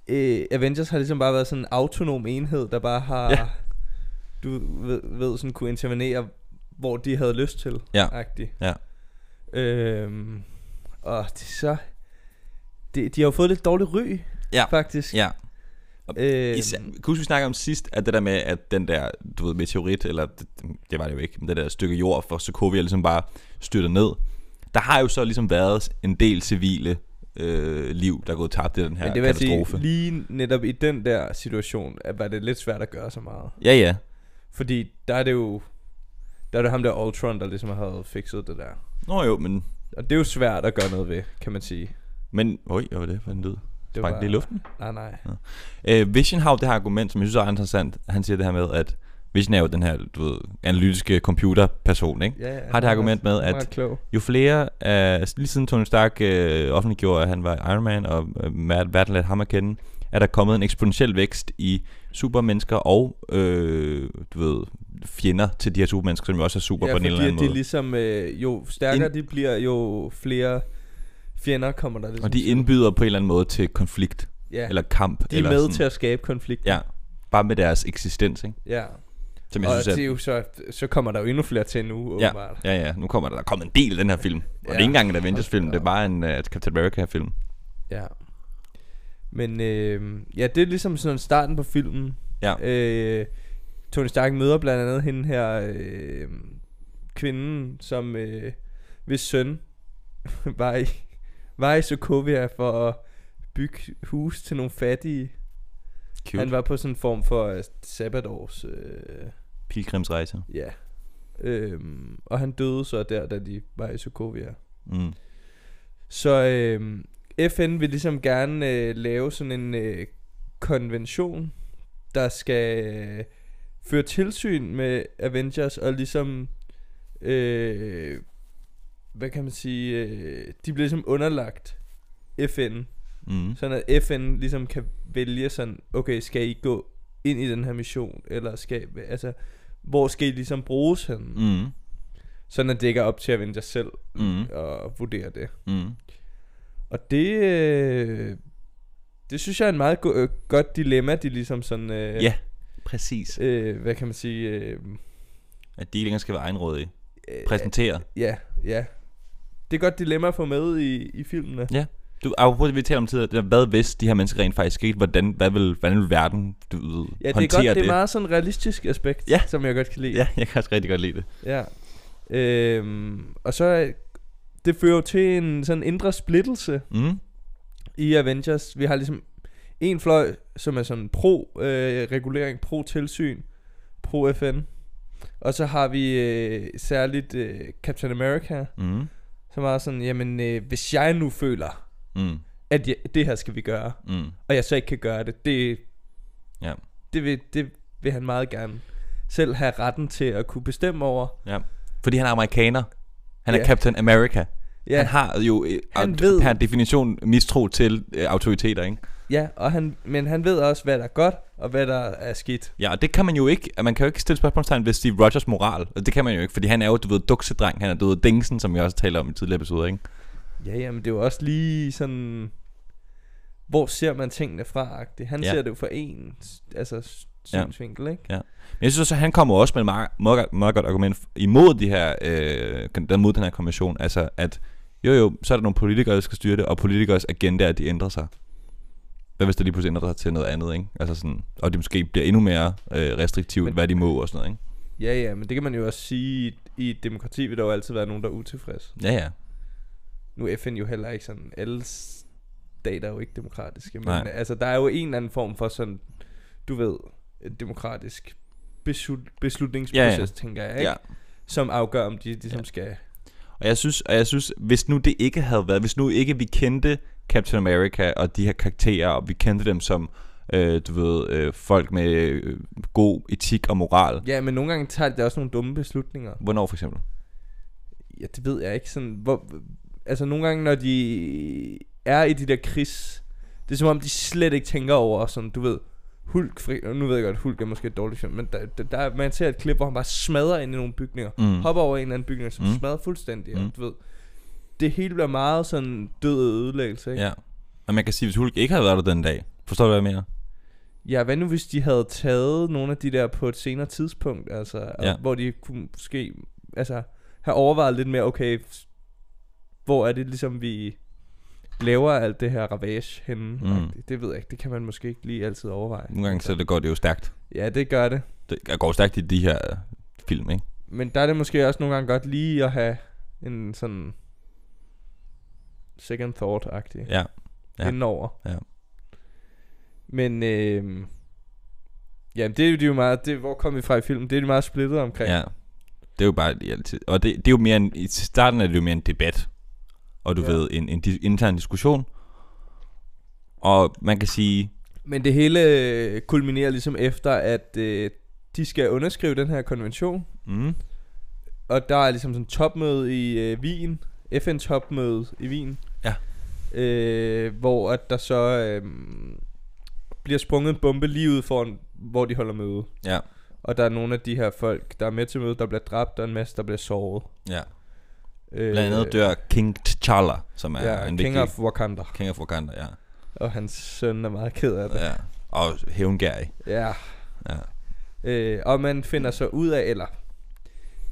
[SPEAKER 1] øh, Avengers har ligesom bare været sådan en autonom enhed, der bare har,
[SPEAKER 2] Ja.
[SPEAKER 1] ja. du ved, ved, sådan kunne intervenere, hvor de havde lyst til.
[SPEAKER 2] Ja.
[SPEAKER 1] Agtig.
[SPEAKER 2] Ja.
[SPEAKER 1] Øhm, og det, så, det, de har jo fået lidt dårlig ry,
[SPEAKER 2] Ja.
[SPEAKER 1] faktisk.
[SPEAKER 2] Ja.
[SPEAKER 1] Øhm,
[SPEAKER 2] Især, kan du huske, vi snakkede om sidst, at det der med, at den der, du ved, meteorit, eller det, det var det jo ikke, men det der stykke jord for Sokovia ligesom bare styrter ned. Der har jo så ligesom været en del civile øh, liv, der er gået tabt i den her
[SPEAKER 1] men det vil jeg sige,
[SPEAKER 2] katastrofe.
[SPEAKER 1] lige netop i den der situation, at var det lidt svært at gøre så meget.
[SPEAKER 2] Ja, ja.
[SPEAKER 1] Fordi der er det jo Der er det ham der Ultron der ligesom havde fikset det der
[SPEAKER 2] Nå jo, men...
[SPEAKER 1] Og det er jo svært at gøre noget ved Kan man sige
[SPEAKER 2] Men, øj, hvad var det for en lyd?
[SPEAKER 1] det
[SPEAKER 2] Sprang det i luften?
[SPEAKER 1] Nej nej
[SPEAKER 2] Øh, Vision har jo det her argument, som jeg synes er ret interessant. Han siger det her med, at Vision er jo den her, du ved, analytiske computerperson, ikke?
[SPEAKER 1] ja, ja,
[SPEAKER 2] Har det argument med, at-
[SPEAKER 1] at klog.
[SPEAKER 2] Jo flere, øh, lige siden Tony Stark øh, offentliggjorde, at han var Iron Man, og øh, Matt verden lærte ham at kende, er der kommet en eksponentiel vækst i supermennesker og, øh, du ved, fjender til de her supermennesker, som jo også er super
[SPEAKER 1] Ja
[SPEAKER 2] på en eller
[SPEAKER 1] fordi
[SPEAKER 2] anden
[SPEAKER 1] at de
[SPEAKER 2] måde.
[SPEAKER 1] ligesom øh, Jo stærkere
[SPEAKER 2] Ind-
[SPEAKER 1] de bliver Jo flere fjender kommer der ligesom
[SPEAKER 2] Og de
[SPEAKER 1] til.
[SPEAKER 2] indbyder på en eller anden måde til konflikt,
[SPEAKER 1] ja,
[SPEAKER 2] ja. eller kamp.
[SPEAKER 1] De er
[SPEAKER 2] eller
[SPEAKER 1] med
[SPEAKER 2] sådan,
[SPEAKER 1] til at skabe konflikt
[SPEAKER 2] Ja, bare med deres eksistens, ikke?
[SPEAKER 1] ja.
[SPEAKER 2] Som jeg
[SPEAKER 1] Og
[SPEAKER 2] synes, at,
[SPEAKER 1] det er jo så Så kommer der jo endnu flere til nu åbenbart.
[SPEAKER 2] Ja, ja, nu kommer der, der er kommet en del af den her film. Og ja. det er
[SPEAKER 1] Ja.
[SPEAKER 2] ikke engang en Avengers-film, det er
[SPEAKER 1] Ja.
[SPEAKER 2] bare en uh, Captain America-film.
[SPEAKER 1] Ja. Men øh, ja, det er ligesom sådan starten på filmen.
[SPEAKER 2] Ja.
[SPEAKER 1] Øh, Tony Stark møder blandt andet hende her øh, kvinden, som øh, hvis søn var i, var i Sokovia for at bygge hus til nogle fattige.
[SPEAKER 2] Cute.
[SPEAKER 1] Han var på sådan en form for øh, sabbatårs... Øh,
[SPEAKER 2] Pilgrimsrejse.
[SPEAKER 1] ja. Øhm, og han døde så der, da de var i Sokovia.
[SPEAKER 2] Mm.
[SPEAKER 1] Så øh, FN vil ligesom gerne øh, lave sådan en øh, konvention, der skal øh, føre tilsyn med Avengers og ligesom, øh, hvad kan man sige, øh, de bliver ligesom underlagt FN.
[SPEAKER 2] Mm.
[SPEAKER 1] Sådan at FN ligesom kan vælge sådan, okay, skal I gå ind i den her mission, eller skal, altså, hvor skal I ligesom bruges hen? Mm.
[SPEAKER 2] Mm.
[SPEAKER 1] Sådan at det ikke er op til Avengers selv
[SPEAKER 2] Mm.
[SPEAKER 1] at vurdere det.
[SPEAKER 2] Mm.
[SPEAKER 1] Og det, øh, det synes jeg er en meget go- øh, godt dilemma, de ligesom sådan, øh,
[SPEAKER 2] Ja, præcis.
[SPEAKER 1] øh, hvad kan man sige, øh,
[SPEAKER 2] At de ikke længere skal være egenrådige.
[SPEAKER 1] øh,
[SPEAKER 2] Præsentere.
[SPEAKER 1] ja, ja. Det er et godt dilemma at få med i, i filmene.
[SPEAKER 2] Du, apropos det, vi talte om tidligere, det er, hvad hvis de her mennesker rent faktisk skete, hvordan, hvad vil, hvordan vil verden du, ved,
[SPEAKER 1] Ja, det er
[SPEAKER 2] håndtere
[SPEAKER 1] godt, det er
[SPEAKER 2] det?
[SPEAKER 1] meget sådan realistisk aspekt,
[SPEAKER 2] Ja.
[SPEAKER 1] som jeg godt kan lide.
[SPEAKER 2] Ja, jeg kan også rigtig godt lide det.
[SPEAKER 1] Ja. Øhm, og så er- det fører jo til en sådan indre splittelse
[SPEAKER 2] Mm.
[SPEAKER 1] i Avengers. Vi har ligesom en fløj, som er sådan pro øh, regulering, pro tilsyn, pro FN. Og så har vi øh, særligt øh, Captain America,
[SPEAKER 2] Mm.
[SPEAKER 1] som er sådan, jamen øh, hvis jeg nu føler,
[SPEAKER 2] Mm.
[SPEAKER 1] at jeg, det her skal vi gøre,
[SPEAKER 2] Mm.
[SPEAKER 1] og jeg så ikke kan gøre det, det,
[SPEAKER 2] Ja.
[SPEAKER 1] det, vil, det vil han meget gerne selv have retten til at kunne bestemme over.
[SPEAKER 2] Ja. Fordi han er amerikaner. Han er
[SPEAKER 1] Ja.
[SPEAKER 2] Captain America.
[SPEAKER 1] Ja.
[SPEAKER 2] Han har jo øh,
[SPEAKER 1] Han
[SPEAKER 2] aut-
[SPEAKER 1] ved-
[SPEAKER 2] per definition mistro til øh, autoriteter, ikke?
[SPEAKER 1] Ja, og han, men han ved også, hvad der er godt, og hvad der er skidt.
[SPEAKER 2] Ja, og det kan man jo ikke. Man kan jo ikke stille spørgsmålstegn ved Steve Rogers moral. Og det kan man jo ikke, fordi han er jo, du ved, duksedreng. Han er, du ved, dingsen, som jeg også taler om i tidligere episoder, ikke?
[SPEAKER 1] Ja, jamen det er jo også lige sådan, hvor ser man tingene fra? -agtigt. Han
[SPEAKER 2] Ja.
[SPEAKER 1] ja. ser det jo fra en altså, s-
[SPEAKER 2] Ja.
[SPEAKER 1] synsvinkel, ikke?
[SPEAKER 2] Men jeg synes også, at han kommer også med et meget, meget, godt- meget godt argument imod de her, øh, kon- der- mod den her konvention. Altså, at jo jo, så er der nogle politikere, der skal styre det, og politikers agendaer, de ændrer sig. Hvad hvis det lige pludselig ændrer sig til noget andet, ikke? Altså sådan, og det måske bliver endnu mere øh, restriktivt,
[SPEAKER 1] Men-
[SPEAKER 2] hvad de må og sådan noget, ikke?
[SPEAKER 1] Ja, ja, men det kan man jo også sige, i- i et demokrati vil der jo altid være nogen, der er utilfredse.
[SPEAKER 2] Ja, ja.
[SPEAKER 1] Nu er FN jo heller ikke sådan, alle stater er jo ikke demokratiske, men
[SPEAKER 2] Nej.
[SPEAKER 1] altså, der er jo en eller anden form for sådan, du ved, en demokratisk beslut, beslutningsproces, ja, ja. tænker jeg, ikke?
[SPEAKER 2] ja.
[SPEAKER 1] Ja. som afgør, om de ligesom
[SPEAKER 2] Ja.
[SPEAKER 1] ja. skal...
[SPEAKER 2] Og jeg synes, og jeg synes, hvis nu det ikke havde været, hvis nu ikke vi kendte Captain America og de her karakterer, og vi kendte dem som, øh, du ved, øh, folk med øh, god etik og moral.
[SPEAKER 1] Ja, men nogle gange tager det også nogle dumme beslutninger.
[SPEAKER 2] Hvornår for eksempel?
[SPEAKER 1] Ja, det ved jeg ikke sådan. Hvor, altså nogle gange, når de er i de der krigs, det er som om, de slet ikke tænker over sådan, du ved, Hulk, for, og nu ved jeg godt, Hulk er måske et dårligt film, men der, der, der, man ser et klip, hvor han bare smadrer ind i nogle bygninger,
[SPEAKER 2] Mm.
[SPEAKER 1] mm. hopper over en eller anden bygning, som
[SPEAKER 2] Mm.
[SPEAKER 1] mm. smadrer fuldstændig,
[SPEAKER 2] Mm.
[SPEAKER 1] og du ved, det hele bliver meget sådan død og ødelæggelse, ikke? Ja.
[SPEAKER 2] Ja. Men man kan sige, hvis Hulk ikke havde været der den dag, forstår du, hvad jeg mener?
[SPEAKER 1] ja, hvad nu hvis de havde taget nogle af de der på et senere tidspunkt, altså,
[SPEAKER 2] Ja.
[SPEAKER 1] ja. hvor de kunne måske, altså, have overvejet lidt mere, okay, f- hvor er det ligesom, vi laver alt det her ravage henne?
[SPEAKER 2] Mm.
[SPEAKER 1] Mm. Det ved jeg ikke, det kan man måske ikke lige altid overveje.
[SPEAKER 2] Nogle gange så
[SPEAKER 1] Altså,
[SPEAKER 2] det går det jo stærkt.
[SPEAKER 1] Ja, det gør det.
[SPEAKER 2] Det går stærkt i de her øh, film, ikke?
[SPEAKER 1] Men der er det måske også nogle gange godt lige at have en sådan second thought-agtig
[SPEAKER 2] Ja. Ja.
[SPEAKER 1] ja. indenover.
[SPEAKER 2] Ja.
[SPEAKER 1] Men øh, ja, det er jo, det er jo meget, det, hvor kom vi fra i filmen? Det er de meget splittet omkring.
[SPEAKER 2] ja. Det er jo bare det altid. Og det, det er jo mere en, i starten er det jo mere en debat. Og du
[SPEAKER 1] Ja.
[SPEAKER 2] ja. ved, en, en di- intern diskussion. Og man kan sige,
[SPEAKER 1] Men det hele øh, kulminerer ligesom efter, at øh, de skal underskrive den her konvention,
[SPEAKER 2] mm,
[SPEAKER 1] og der er ligesom sådan topmøde i øh, Wien, FN-topmøde i Wien,
[SPEAKER 2] Ja.
[SPEAKER 1] øh, hvor at der så øh, bliver sprunget en bombe lige ud foran, hvor de holder møde.
[SPEAKER 2] ja,
[SPEAKER 1] Og der er nogle af de her folk, der er med til mødet, der bliver dræbt, og en masse, der bliver såret.
[SPEAKER 2] ja.
[SPEAKER 1] Øh,
[SPEAKER 2] Blandt andet dør King T'Challa, som er
[SPEAKER 1] ja,
[SPEAKER 2] en
[SPEAKER 1] King
[SPEAKER 2] vigtig...
[SPEAKER 1] of Wakanda.
[SPEAKER 2] King of Wakanda, ja.
[SPEAKER 1] Og hans søn er meget ked af det.
[SPEAKER 2] ja. Og hævngærig.
[SPEAKER 1] Ja.
[SPEAKER 2] Ja.
[SPEAKER 1] Øh, og man finder så ud af, eller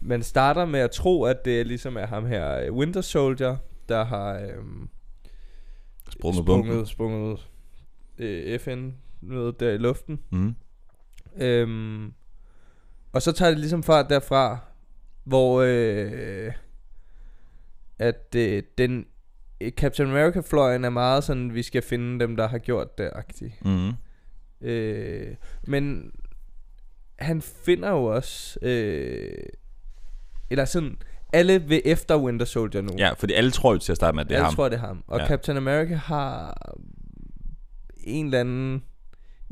[SPEAKER 1] man starter med at tro, at det ligesom er ham her, øh, Winter Soldier, der har øhm,
[SPEAKER 2] Sprunget bomben.
[SPEAKER 1] sprunget, sprunget øh, FN noget der i luften.
[SPEAKER 2] Mm.
[SPEAKER 1] Øhm, og så tager det ligesom fart derfra, hvor øh, at øh, den øh, Captain America-fløjen er meget sådan, vi skal finde dem, der har gjort det, agtig.
[SPEAKER 2] Mm.
[SPEAKER 1] Øh, men han finder jo også, øh, eller sådan, alle vil efter Winter Soldier nu.
[SPEAKER 2] Ja, fordi alle tror jo til at starte med, at det er
[SPEAKER 1] alle
[SPEAKER 2] ham.
[SPEAKER 1] tror, det er ham. Og
[SPEAKER 2] Ja.
[SPEAKER 1] ja. Captain America har en eller anden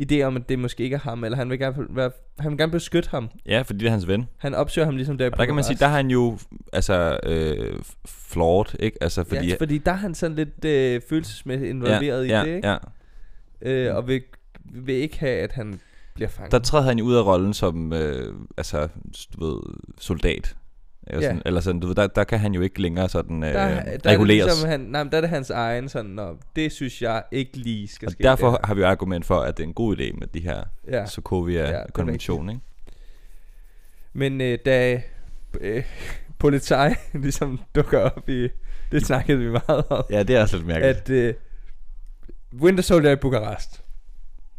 [SPEAKER 1] idé om, at det måske ikke er ham, eller han vil gerne, være, han vil gerne beskytte ham.
[SPEAKER 2] Ja, fordi det er hans ven.
[SPEAKER 1] Han opsøger ham ligesom der
[SPEAKER 2] Og der kan man sige, der har han jo altså, øh, flawed, ikke? Altså,
[SPEAKER 1] fordi,
[SPEAKER 2] fordi,
[SPEAKER 1] ja, fordi der er han sådan lidt øh, følelsesmæssigt involveret
[SPEAKER 2] ja,
[SPEAKER 1] i det, ikke?
[SPEAKER 2] ja.
[SPEAKER 1] Øh, og vil, vil ikke have, at han bliver fanget.
[SPEAKER 2] Der træder han jo ud af rollen som øh, altså, du ved, soldat. Eller
[SPEAKER 1] Ja.
[SPEAKER 2] sådan, eller sådan du ved, der, der kan han jo ikke længere sådan øh,
[SPEAKER 1] der, der
[SPEAKER 2] reguleres.
[SPEAKER 1] Er det ligesom, han, nej, men der er det hans egen sådan, Nå, det synes jeg ikke lige skal
[SPEAKER 2] og
[SPEAKER 1] ske.
[SPEAKER 2] derfor
[SPEAKER 1] der."
[SPEAKER 2] har vi jo argument for, at det er en god idé med de her
[SPEAKER 1] Ja.
[SPEAKER 2] ja. Sokovia-konvention, ikke?
[SPEAKER 1] Men øh, da øh, Polizei ligesom dukker op i... Det snakkede vi meget om.
[SPEAKER 2] Ja, det er også lidt mærkeligt.
[SPEAKER 1] At øh, Winter Soldier er i Bukarest.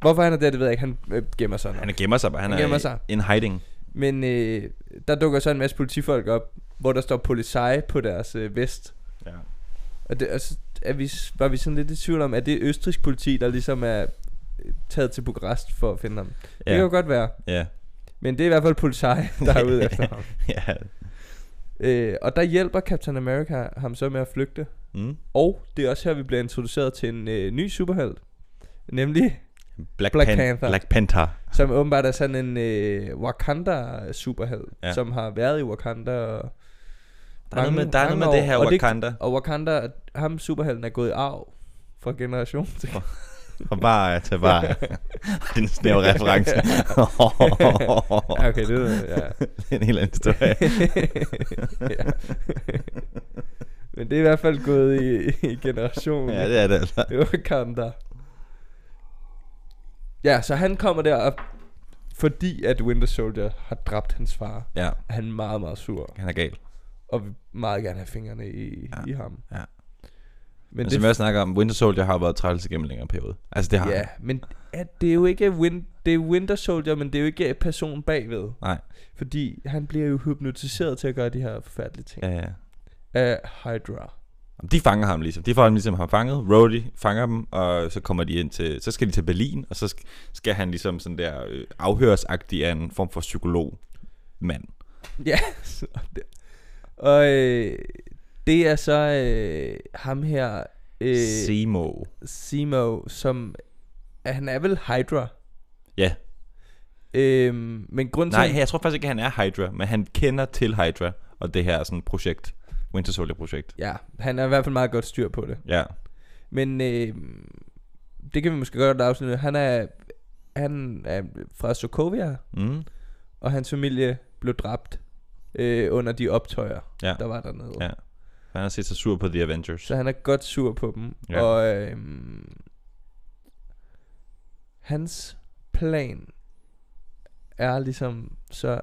[SPEAKER 1] Hvorfor han er der, det ved jeg ikke. Han øh, gemmer sig nok.
[SPEAKER 2] han gemmer sig bare. Han,
[SPEAKER 1] Han
[SPEAKER 2] er
[SPEAKER 1] gemmer sig.
[SPEAKER 2] en hiding.
[SPEAKER 1] Men øh, der dukker så en masse politifolk op, hvor der står Polizei på deres øh, vest.
[SPEAKER 2] Ja.
[SPEAKER 1] Og, det, og så er vi, s- var vi sådan lidt i tvivl om, at det er østrisk politi, der ligesom er øh, taget til Bukarest for at finde ham. Ja. Det kan jo
[SPEAKER 2] Ja.
[SPEAKER 1] godt være.
[SPEAKER 2] ja.
[SPEAKER 1] Men det er i hvert fald Polizei, der er ude efter ham.
[SPEAKER 2] ja.
[SPEAKER 1] Øh, og der hjælper Captain America ham så med at flygte.
[SPEAKER 2] Mm.
[SPEAKER 1] Og det er også her, vi bliver introduceret til en øh, ny superhelt. Nemlig,
[SPEAKER 2] Black,
[SPEAKER 1] Black
[SPEAKER 2] Pan-
[SPEAKER 1] Panther.
[SPEAKER 2] Black Panther.
[SPEAKER 1] som åbenbart er sådan en øh, Wakanda-superhelt, ja.
[SPEAKER 2] Ja.
[SPEAKER 1] som har været i Wakanda. Og,
[SPEAKER 2] Der er noget
[SPEAKER 1] Mange-
[SPEAKER 2] med, der er noget med
[SPEAKER 1] mange
[SPEAKER 2] det her
[SPEAKER 1] år, og det-
[SPEAKER 2] Wakanda.
[SPEAKER 1] og Wakanda, ham superhelten er gået i arv fra generation til
[SPEAKER 2] Og bare til bare den snævre reference.
[SPEAKER 1] Ja, okay, det ved jeg, ja.
[SPEAKER 2] det er en helt anden historie.
[SPEAKER 1] ja. Men det er i hvert fald gået i, i generationen.
[SPEAKER 2] ja, det er det altså.
[SPEAKER 1] Det var Kanda. Ja, så han kommer derop, fordi at Winter Soldier har dræbt hans far.
[SPEAKER 2] Ja,
[SPEAKER 1] Han er meget, meget sur,
[SPEAKER 2] han er gal.
[SPEAKER 1] og vil meget gerne have fingrene i, ja.
[SPEAKER 2] Ja,
[SPEAKER 1] i ham.
[SPEAKER 2] ja. Altså,
[SPEAKER 1] Men
[SPEAKER 2] Men
[SPEAKER 1] det,
[SPEAKER 2] som jeg også snakker om, Winter Soldier har været træls igennem en længere periode. Altså det har
[SPEAKER 1] ja,
[SPEAKER 2] han.
[SPEAKER 1] men at det er jo ikke win, det er Winter Soldier, men det er jo ikke personen bagved.
[SPEAKER 2] Nej.
[SPEAKER 1] Fordi han bliver jo hypnotiseret til at gøre de her forfærdelige ting. Ja.
[SPEAKER 2] Ja, ja.
[SPEAKER 1] Af Hydra.
[SPEAKER 2] De fanger ham ligesom. De får ham ligesom ham fanget. Rhodey fanger dem, og så kommer de ind til... Så skal de til Berlin, og så sk- skal han ligesom sådan der øh, afhøresagtig af en form for psykolog mand.
[SPEAKER 1] Ja, så der. Og øh, det er så øh, ham her, øh,
[SPEAKER 2] Simo.
[SPEAKER 1] Simo, som er, han er vel Hydra.
[SPEAKER 2] Ja.
[SPEAKER 1] Øhm, men grund til,
[SPEAKER 2] Nej, jeg tror faktisk ikke, han er Hydra, men han kender til Hydra og det her sådan projekt. Winter Soldier-projekt.
[SPEAKER 1] ja, han er i hvert fald meget godt styr på det.
[SPEAKER 2] Ja.
[SPEAKER 1] Men øh, det kan vi måske godt afslutte. Han er, han er fra Sokovia,
[SPEAKER 2] Mm.
[SPEAKER 1] og hans familie blev dræbt øh, under de optøjer,
[SPEAKER 2] Ja.
[SPEAKER 1] der var dernede.
[SPEAKER 2] Ja. Han har set sig sur på The Avengers.
[SPEAKER 1] Så han er godt sur på dem. Ja.
[SPEAKER 2] Ja.
[SPEAKER 1] Og øhm, hans plan er ligesom så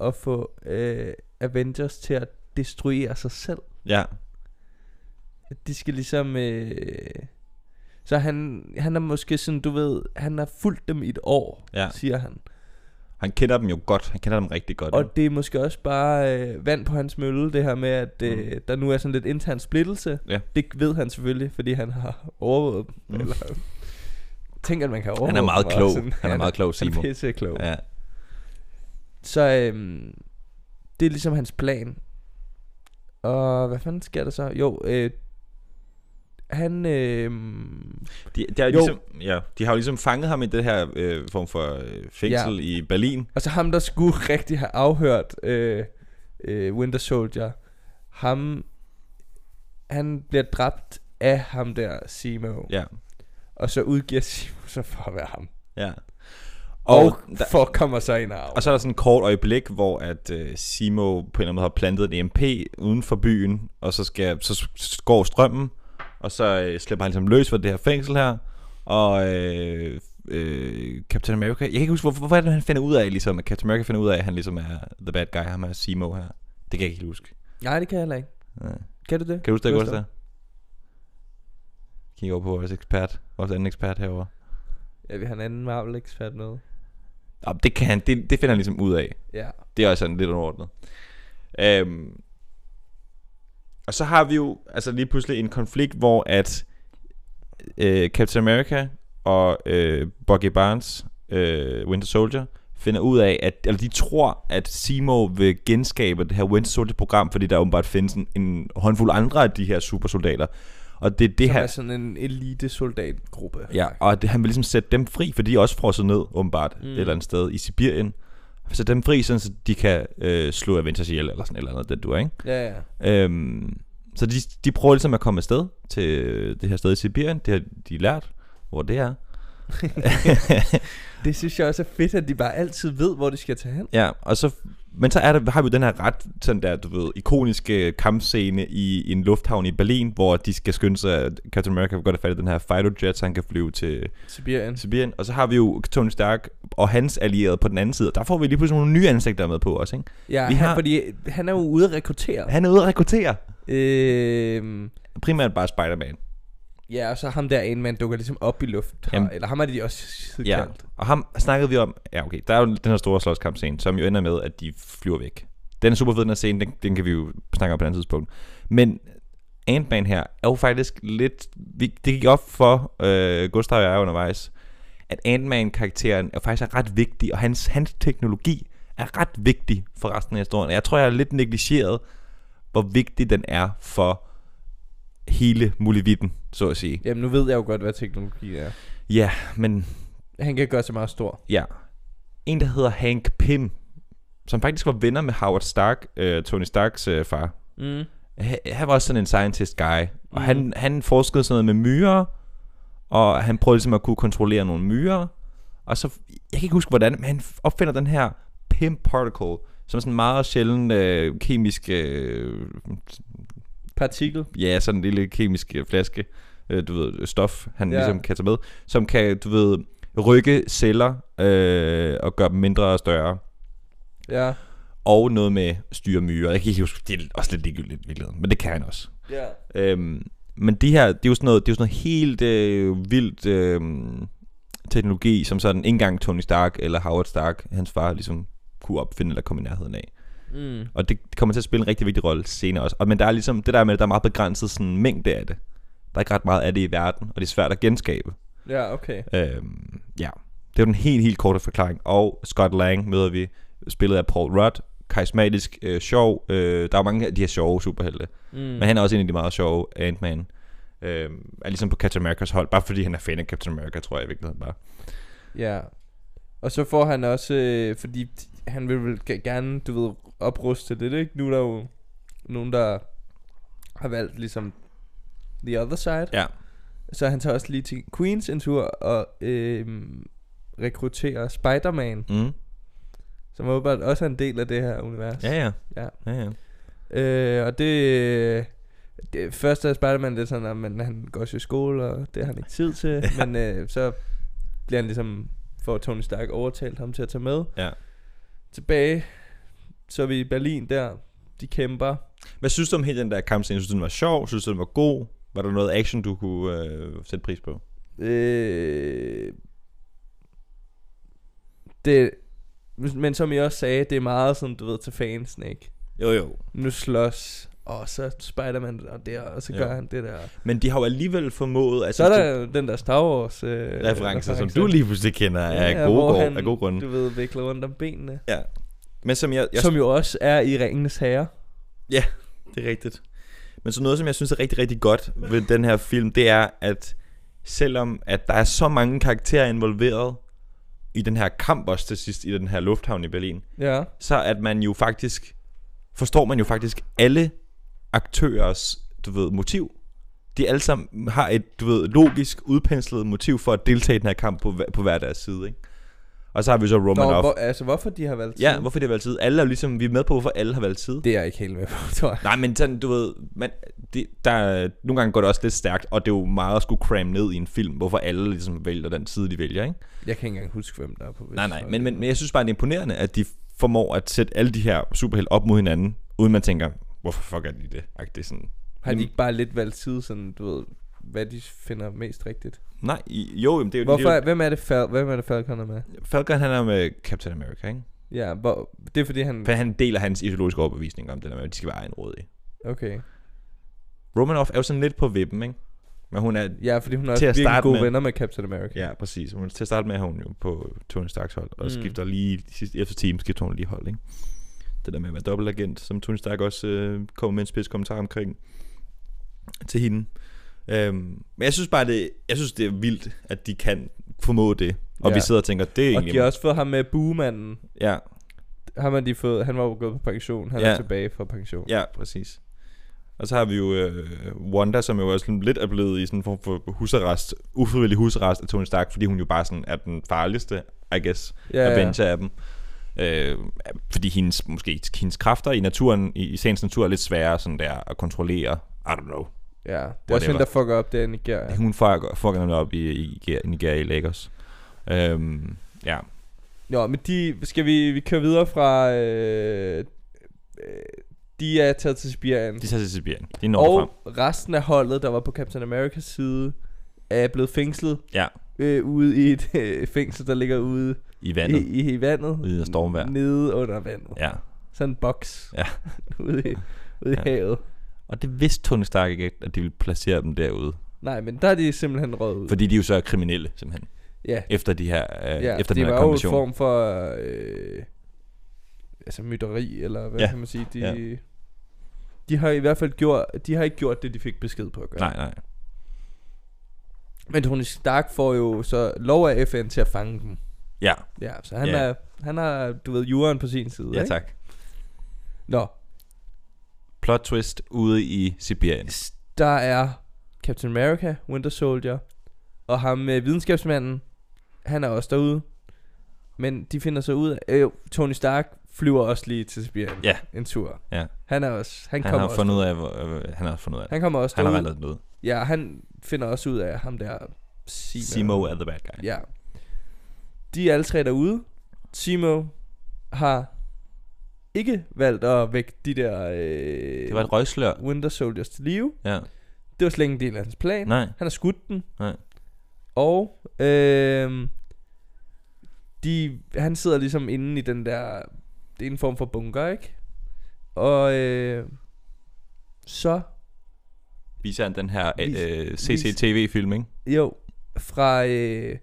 [SPEAKER 1] at få øh, Avengers til at destruere sig selv.
[SPEAKER 2] Ja.
[SPEAKER 1] De skal ligesom... Øh, så han, han er måske sådan, du ved, han har fulgt dem i et år,
[SPEAKER 2] Ja.
[SPEAKER 1] siger han.
[SPEAKER 2] Han kender dem jo godt. Han kender dem rigtig godt. ikke?
[SPEAKER 1] Og det er måske også bare øh, vand på hans mølle, det her med, at øh, der nu er sådan lidt intern splittelse.
[SPEAKER 2] Mm. Ja.
[SPEAKER 1] Det ved han selvfølgelig, fordi han har overvåget dem. Mm.
[SPEAKER 2] Mm.
[SPEAKER 1] Eller, tænk, at man kan overvåge
[SPEAKER 2] han er meget
[SPEAKER 1] dem, og
[SPEAKER 2] klog.
[SPEAKER 1] sådan.
[SPEAKER 2] Han er meget klog,
[SPEAKER 1] Han er
[SPEAKER 2] Simo.
[SPEAKER 1] pisse klog. Ja.
[SPEAKER 2] Ja.
[SPEAKER 1] Så øhm, det er ligesom hans plan. Og hvad fanden sker der så? Jo, øh, han... Øh,
[SPEAKER 2] De, de, har jo.
[SPEAKER 1] Jo.
[SPEAKER 2] Ligesom, ja, de har jo ligesom fanget ham i det her øh, form for øh, fængsel ja. i Berlin.
[SPEAKER 1] altså ham, der skulle rigtig have afhørt øh, øh, Winter Soldier, ham, han bliver dræbt af ham der, Simo.
[SPEAKER 2] Ja.
[SPEAKER 1] Og så udgiver Simo sig for at være ham.
[SPEAKER 2] ja.
[SPEAKER 1] Og,
[SPEAKER 2] Og,
[SPEAKER 1] og
[SPEAKER 2] der, Altså-
[SPEAKER 1] for kommer så ind og
[SPEAKER 2] og så er der sådan et kort øjeblik, hvor at øh, Simo på en eller anden måde har plantet en EMP uden for byen, og så, skal, så s- går strømmen, og så øh, slipper han ligesom løs fra det her fængsel her, og øh, øh, Captain America, jeg kan ikke huske, hvorfor, hvorfor er det, han finder ud af, ligesom, at Captain America finder ud af, at han ligesom er the bad guy, ham er Simo her. Det kan jeg ikke helt huske.
[SPEAKER 1] Nej, det kan jeg heller ikke.
[SPEAKER 2] Nej.
[SPEAKER 1] Kan du det?
[SPEAKER 2] Kan du huske det,
[SPEAKER 1] Gustav?
[SPEAKER 2] Gustav? Kig over på vores ekspert, vores anden ekspert herovre.
[SPEAKER 1] Ja, vi har en anden Marvel ekspert med.
[SPEAKER 2] Og det kan han, det, det finder han ligesom ud af.
[SPEAKER 1] Ja.
[SPEAKER 2] Det er også sådan lidt underordnet. Øhm, og så har vi jo altså lige pludselig en konflikt, hvor at øh, Captain America og øh, Bucky Barnes, øh, Winter Soldier, finder ud af, at, eller de tror, at Simo vil genskabe det her Winter Soldier-program, fordi der åbenbart findes en, en håndfuld andre af de her supersoldater. Og det er det
[SPEAKER 1] som
[SPEAKER 2] her...
[SPEAKER 1] er sådan en elite soldatgruppe.
[SPEAKER 2] Ja, og det, han vil ligesom sætte dem fri, for de er også frosset ned, åbenbart, mm.
[SPEAKER 1] Mm.
[SPEAKER 2] et eller andet sted i Sibirien. Så dem fri, sådan, så de kan øh, slå Avengers ihjel, eller sådan et eller andet, det du er, ikke?
[SPEAKER 1] Ja, ja.
[SPEAKER 2] Øhm, så de, de prøver ligesom at komme afsted til øh, det her sted i Sibirien. Det har de lært, hvor det er.
[SPEAKER 1] Det synes jeg også er fedt, at de bare altid ved, hvor de skal tage hen.
[SPEAKER 2] Ja, og så, men så er der, har vi jo den her ret sådan der, du ved, ikoniske kampscene i, i en lufthavn i Berlin, hvor de skal skynde sig, at Captain America vil godt have fat i den her fighter jet, så han kan flyve til
[SPEAKER 1] Sibirien.
[SPEAKER 2] Sibirien. Og så har vi jo Tony Stark og hans allierede på den anden side. Der får vi lige pludselig nogle nye ansigter med på os, ikke?
[SPEAKER 1] Ja,
[SPEAKER 2] Vi
[SPEAKER 1] han,
[SPEAKER 2] har-
[SPEAKER 1] fordi han er jo ude at rekruttere.
[SPEAKER 2] Han er ude at rekruttere.
[SPEAKER 1] Øhm,
[SPEAKER 2] Primært bare Spider-Man.
[SPEAKER 1] ja, og så ham der ene mand dukker ligesom op i luft. Her,
[SPEAKER 2] Jamen-
[SPEAKER 1] eller ham er det de også
[SPEAKER 2] Ja,
[SPEAKER 1] kaldt.
[SPEAKER 2] og ham snakkede vi om, ja okay, der er jo den her store slåskampscene, som jo ender med, at de flyver væk. Den er super fed, den her scene, den, den kan vi jo snakke om på et andet tidspunkt. Men Ant-Man her er jo faktisk lidt, vi, det gik op for øh, Gustav og jeg undervejs, at Ant-Man-karakteren er faktisk er ret vigtig, og hans, hans teknologi er ret vigtig for resten af historien. Og Jeg tror, jeg er lidt negligeret, hvor vigtig den er for hele muligvitten, så at sige.
[SPEAKER 1] Jamen, nu ved jeg jo godt, hvad teknologi er.
[SPEAKER 2] Ja, men
[SPEAKER 1] Han kan gøre sig meget stor.
[SPEAKER 2] Ja. En, der hedder Hank Pym, som faktisk var venner med Howard Stark, øh, Tony Starks øh, far.
[SPEAKER 1] Mm.
[SPEAKER 2] Han, han var også sådan en scientist guy, og
[SPEAKER 1] Mm.
[SPEAKER 2] han, han forskede sådan noget med myrer, og han prøvede ligesom at kunne kontrollere nogle myrer, og så, jeg kan ikke huske hvordan, men han opfinder den her Pym Particle, som er sådan en meget sjælden øh, kemisk, øh,
[SPEAKER 1] Partikel.
[SPEAKER 2] ja, sådan en lille kemisk øh, flaske, øh, du ved, stof, han
[SPEAKER 1] Ja.
[SPEAKER 2] ja. ligesom kan tage med, som kan, du ved, rykke celler øh, og gøre dem mindre og større.
[SPEAKER 1] Ja.
[SPEAKER 2] Og noget med styre myrer. Jeg kan ikke huske, det er også lidt ligegyldigt i virkeligheden, men det kan han også.
[SPEAKER 1] Ja.
[SPEAKER 2] Øhm, men de her, det er jo sådan noget, det er jo sådan noget helt øh, vildt øh, teknologi, som sådan ikke engang Tony Stark eller Howard Stark, hans far, ligesom kunne opfinde eller komme i nærheden af.
[SPEAKER 1] Mm.
[SPEAKER 2] Og det det kommer til at spille en rigtig vigtig rolle senere også. Og, men der er ligesom det der med, at der er meget begrænset sådan mængde af det. Der er ikke ret meget af det i verden, og det er svært at genskabe.
[SPEAKER 1] Ja, okay.
[SPEAKER 2] Øhm, ja, det var den helt, helt korte forklaring. Og Scott Lang møder vi, spillet af Paul Rudd. Karismatisk, øh, sjov. Øh, der er jo mange af de her sjove superhelte. Mm. Men han er også en af de meget sjove Ant-Man. Øh, er ligesom på Captain America's hold, bare fordi han er fan af Captain America, tror jeg i virkeligheden bare.
[SPEAKER 1] Ja. Og så får han også, øh, fordi t- han vil vel ge- gerne, du ved, opruste lidt, ikke? Nu er der jo nogen, der har valgt ligesom The Other Side.
[SPEAKER 2] Ja.
[SPEAKER 1] Så han tager også lige til Queens en tur og øh, rekrutterer Spider-Man,
[SPEAKER 2] Mm.
[SPEAKER 1] som åbenbart også er en del af det her univers.
[SPEAKER 2] Ja, ja.
[SPEAKER 1] Ja.
[SPEAKER 2] ja, ja.
[SPEAKER 1] Øh, og det, øh, det første er Spider-Man lidt sådan, at man, han går også i skole, og det har han ikke tid til. ja. Men øh, så bliver han ligesom, får Tony Stark overtalt ham til at tage med.
[SPEAKER 2] Ja.
[SPEAKER 1] Tilbage, så er vi i Berlin der, de kæmper.
[SPEAKER 2] Hvad synes du om hele den der kampscene? Synes du, den var sjov? Synes du, den var god? Var der noget action, du kunne øh, sætte pris på?
[SPEAKER 1] Øh, det, men som jeg også sagde, det er meget sådan, du ved, til fansen, ikke?
[SPEAKER 2] Jo, jo.
[SPEAKER 1] Nu slås, og så Spider-Man og der, og så
[SPEAKER 2] Jo.
[SPEAKER 1] gør han det der.
[SPEAKER 2] Men de har jo alligevel formået... Altså,
[SPEAKER 1] Så er der den der Star Wars øh,
[SPEAKER 2] referencer, som du lige pludselig kender af,
[SPEAKER 1] Ja,
[SPEAKER 2] ja, gode,
[SPEAKER 1] hvor
[SPEAKER 2] grund-
[SPEAKER 1] han-
[SPEAKER 2] af gode grunde.
[SPEAKER 1] Du ved, vikler rundt om benene.
[SPEAKER 2] Ja. Men som jeg, jeg
[SPEAKER 1] Jeg som jo også er i Ringenes Herre.
[SPEAKER 2] Det er rigtigt. Men så noget, som jeg synes er rigtig, rigtig godt ved den her film, det er, at selvom at der er så mange karakterer involveret i den her kamp også til sidst i den her lufthavn i Berlin,
[SPEAKER 1] Ja.
[SPEAKER 2] så at man jo faktisk, forstår man jo faktisk alle aktørers, du ved, motiv. De alle sammen har et, du ved, logisk udpenslet motiv for at deltage i den her kamp på, hver- på hver deres side, ikke? Og så har vi så
[SPEAKER 1] Nå,
[SPEAKER 2] Romanoff.
[SPEAKER 1] hvor, altså, hvorfor de har valgt
[SPEAKER 2] Ja,
[SPEAKER 1] side?
[SPEAKER 2] hvorfor de har valgt side? Alle er jo ligesom, vi er med på, hvorfor alle har valgt side.
[SPEAKER 1] Det er jeg ikke helt med på, tror jeg.
[SPEAKER 2] Nej, men sådan, du ved, man, det, der, nogle gange går det også lidt stærkt, og det er jo meget at skulle cramme ned i en film, hvorfor alle ligesom vælger den side, de vælger, ikke?
[SPEAKER 1] Jeg kan ikke engang huske, hvem der er på
[SPEAKER 2] Nej, nej, men, men, men jeg synes bare, det er imponerende, at de formår at sætte alle de her superhelte op mod hinanden, uden man tænker, hvorfor fuck er de det? Ag, det er sådan,
[SPEAKER 1] Har de ikke bare lidt valgt side, sådan, du ved, hvad de finder mest rigtigt?
[SPEAKER 2] nej, i- jo, jamen, det er jo...
[SPEAKER 1] Hvorfor,
[SPEAKER 2] Det er
[SPEAKER 1] er, hvem er det, Fal hvem er det Falcon er med?
[SPEAKER 2] jo Falcon, han er med Captain America, ikke?
[SPEAKER 1] Ja, hvor, det er fordi han...
[SPEAKER 2] For han deler hans ideologiske overbevisning om det der med, at de skal være egenrådige.
[SPEAKER 1] Okay.
[SPEAKER 2] Romanoff er jo sådan lidt på vippen, ikke? Men hun er...
[SPEAKER 1] Ja, fordi hun er også
[SPEAKER 2] Til at
[SPEAKER 1] virkelig
[SPEAKER 2] starte
[SPEAKER 1] gode
[SPEAKER 2] med.
[SPEAKER 1] venner med Captain America.
[SPEAKER 2] Ja, præcis. Hun, til at starte med er hun jo på Tony Starks hold, og
[SPEAKER 1] Mm.
[SPEAKER 2] mm. skifter lige, de sidste, efter timen skifter hun lige hold, ikke? Det der med at være dobbeltagent, som Tony Stark også øh, kommer med en spids kommentar omkring til hende. Øhm, men jeg synes bare, det, jeg synes, det er vildt, at de kan formå det. Og
[SPEAKER 1] Ja.
[SPEAKER 2] ja. vi sidder og tænker, det er
[SPEAKER 1] Og
[SPEAKER 2] egentlig...
[SPEAKER 1] de har også fået ham med buemanden.
[SPEAKER 2] Ja,
[SPEAKER 1] Ham har de fået, han var jo gået på pension, han ja.
[SPEAKER 2] Ja.
[SPEAKER 1] er tilbage fra pension.
[SPEAKER 2] ja, præcis. Og så har vi jo øh, Wanda, som jo også lidt er blevet i sådan en form for husarrest, ufrivillig husarrest af Tony Stark, fordi hun jo bare sådan er den farligste, I guess. ja. Avenger af dem. Øh, fordi hendes, måske hendes kræfter i naturen, i, i sagens natur, er lidt sværere sådan der at kontrollere. I don't know.
[SPEAKER 1] ja. Det er også
[SPEAKER 2] Whatever.
[SPEAKER 1] hende, der fucker op der i Nigeria.
[SPEAKER 2] Ja. Hun fucker fucker nemlig op i, i, i Nigeria i Lagos. Øhm, ja.
[SPEAKER 1] Nå, men de, skal vi, vi køre videre fra, øh, øh, de er taget til Sibirien.
[SPEAKER 2] De tager til Sibirien. De når
[SPEAKER 1] og
[SPEAKER 2] frem.
[SPEAKER 1] resten af holdet, der var på Captain Americas side, er blevet fængslet
[SPEAKER 2] Ja.
[SPEAKER 1] øh, ude i et øh, fængsel, der ligger ude
[SPEAKER 2] I
[SPEAKER 1] i,
[SPEAKER 2] vandet. I,
[SPEAKER 1] i, i vandet.
[SPEAKER 2] ude af stormvejr.
[SPEAKER 1] Nede under vandet.
[SPEAKER 2] Ja.
[SPEAKER 1] Sådan en boks.
[SPEAKER 2] Ja.
[SPEAKER 1] ude i, ude i
[SPEAKER 2] Ja.
[SPEAKER 1] havet.
[SPEAKER 2] Og det vidste Tony Stark ikke, at de ville placere dem derude.
[SPEAKER 1] Nej, men der er de simpelthen røget ud.
[SPEAKER 2] Fordi de jo så er kriminelle, simpelthen.
[SPEAKER 1] ja,
[SPEAKER 2] Efter, de her, øh,
[SPEAKER 1] ja
[SPEAKER 2] ja, efter
[SPEAKER 1] det
[SPEAKER 2] den her
[SPEAKER 1] var jo en
[SPEAKER 2] konvention.
[SPEAKER 1] form for... Øh, altså mytteri, eller hvad
[SPEAKER 2] Ja.
[SPEAKER 1] kan man sige. De,
[SPEAKER 2] Ja.
[SPEAKER 1] de har i hvert fald gjort, de har ikke gjort det, de fik besked på at gøre.
[SPEAKER 2] Nej, nej.
[SPEAKER 1] Men Tony Stark får jo så lov af FN til at fange dem.
[SPEAKER 2] Ja,
[SPEAKER 1] Ja, så han,
[SPEAKER 2] Ja.
[SPEAKER 1] er, han har, du ved, juren på sin side,
[SPEAKER 2] ja
[SPEAKER 1] ikke?
[SPEAKER 2] tak.
[SPEAKER 1] Nå,
[SPEAKER 2] Plot twist ude i Sibirien.
[SPEAKER 1] der er Captain America, Winter Soldier, og ham med videnskabsmanden, han er også derude. Men de finder så ud af, øh, Tony Stark flyver også lige til Sibirien
[SPEAKER 2] Ja.
[SPEAKER 1] en tur.
[SPEAKER 2] Ja.
[SPEAKER 1] Han er også, han,
[SPEAKER 2] Han
[SPEAKER 1] kommer
[SPEAKER 2] har
[SPEAKER 1] også,
[SPEAKER 2] fundet ud af, hvor, øh, han har fundet ud af det.
[SPEAKER 1] han kommer også
[SPEAKER 2] Han har
[SPEAKER 1] derud.
[SPEAKER 2] reddet den ud.
[SPEAKER 1] Ja, han finder også ud af ham der Simo.
[SPEAKER 2] Simo er the bad guy.
[SPEAKER 1] Ja. De er alle tre derude. Simo har ikke valgt at vække de der øh,
[SPEAKER 2] Det var et røgslør.
[SPEAKER 1] Winter Soldiers til live.
[SPEAKER 2] Ja.
[SPEAKER 1] Det var slet ikke en del af hans plan.
[SPEAKER 2] Nej.
[SPEAKER 1] Han har skudt den.
[SPEAKER 2] Nej.
[SPEAKER 1] Og øh, de, han sidder ligesom inde i den der... Det er en form for bunker, ikke? Og øh, så...
[SPEAKER 2] Viser han den her
[SPEAKER 1] Vis-
[SPEAKER 2] øh, CCTV-film, ikke?
[SPEAKER 1] Jo, fra... Øh,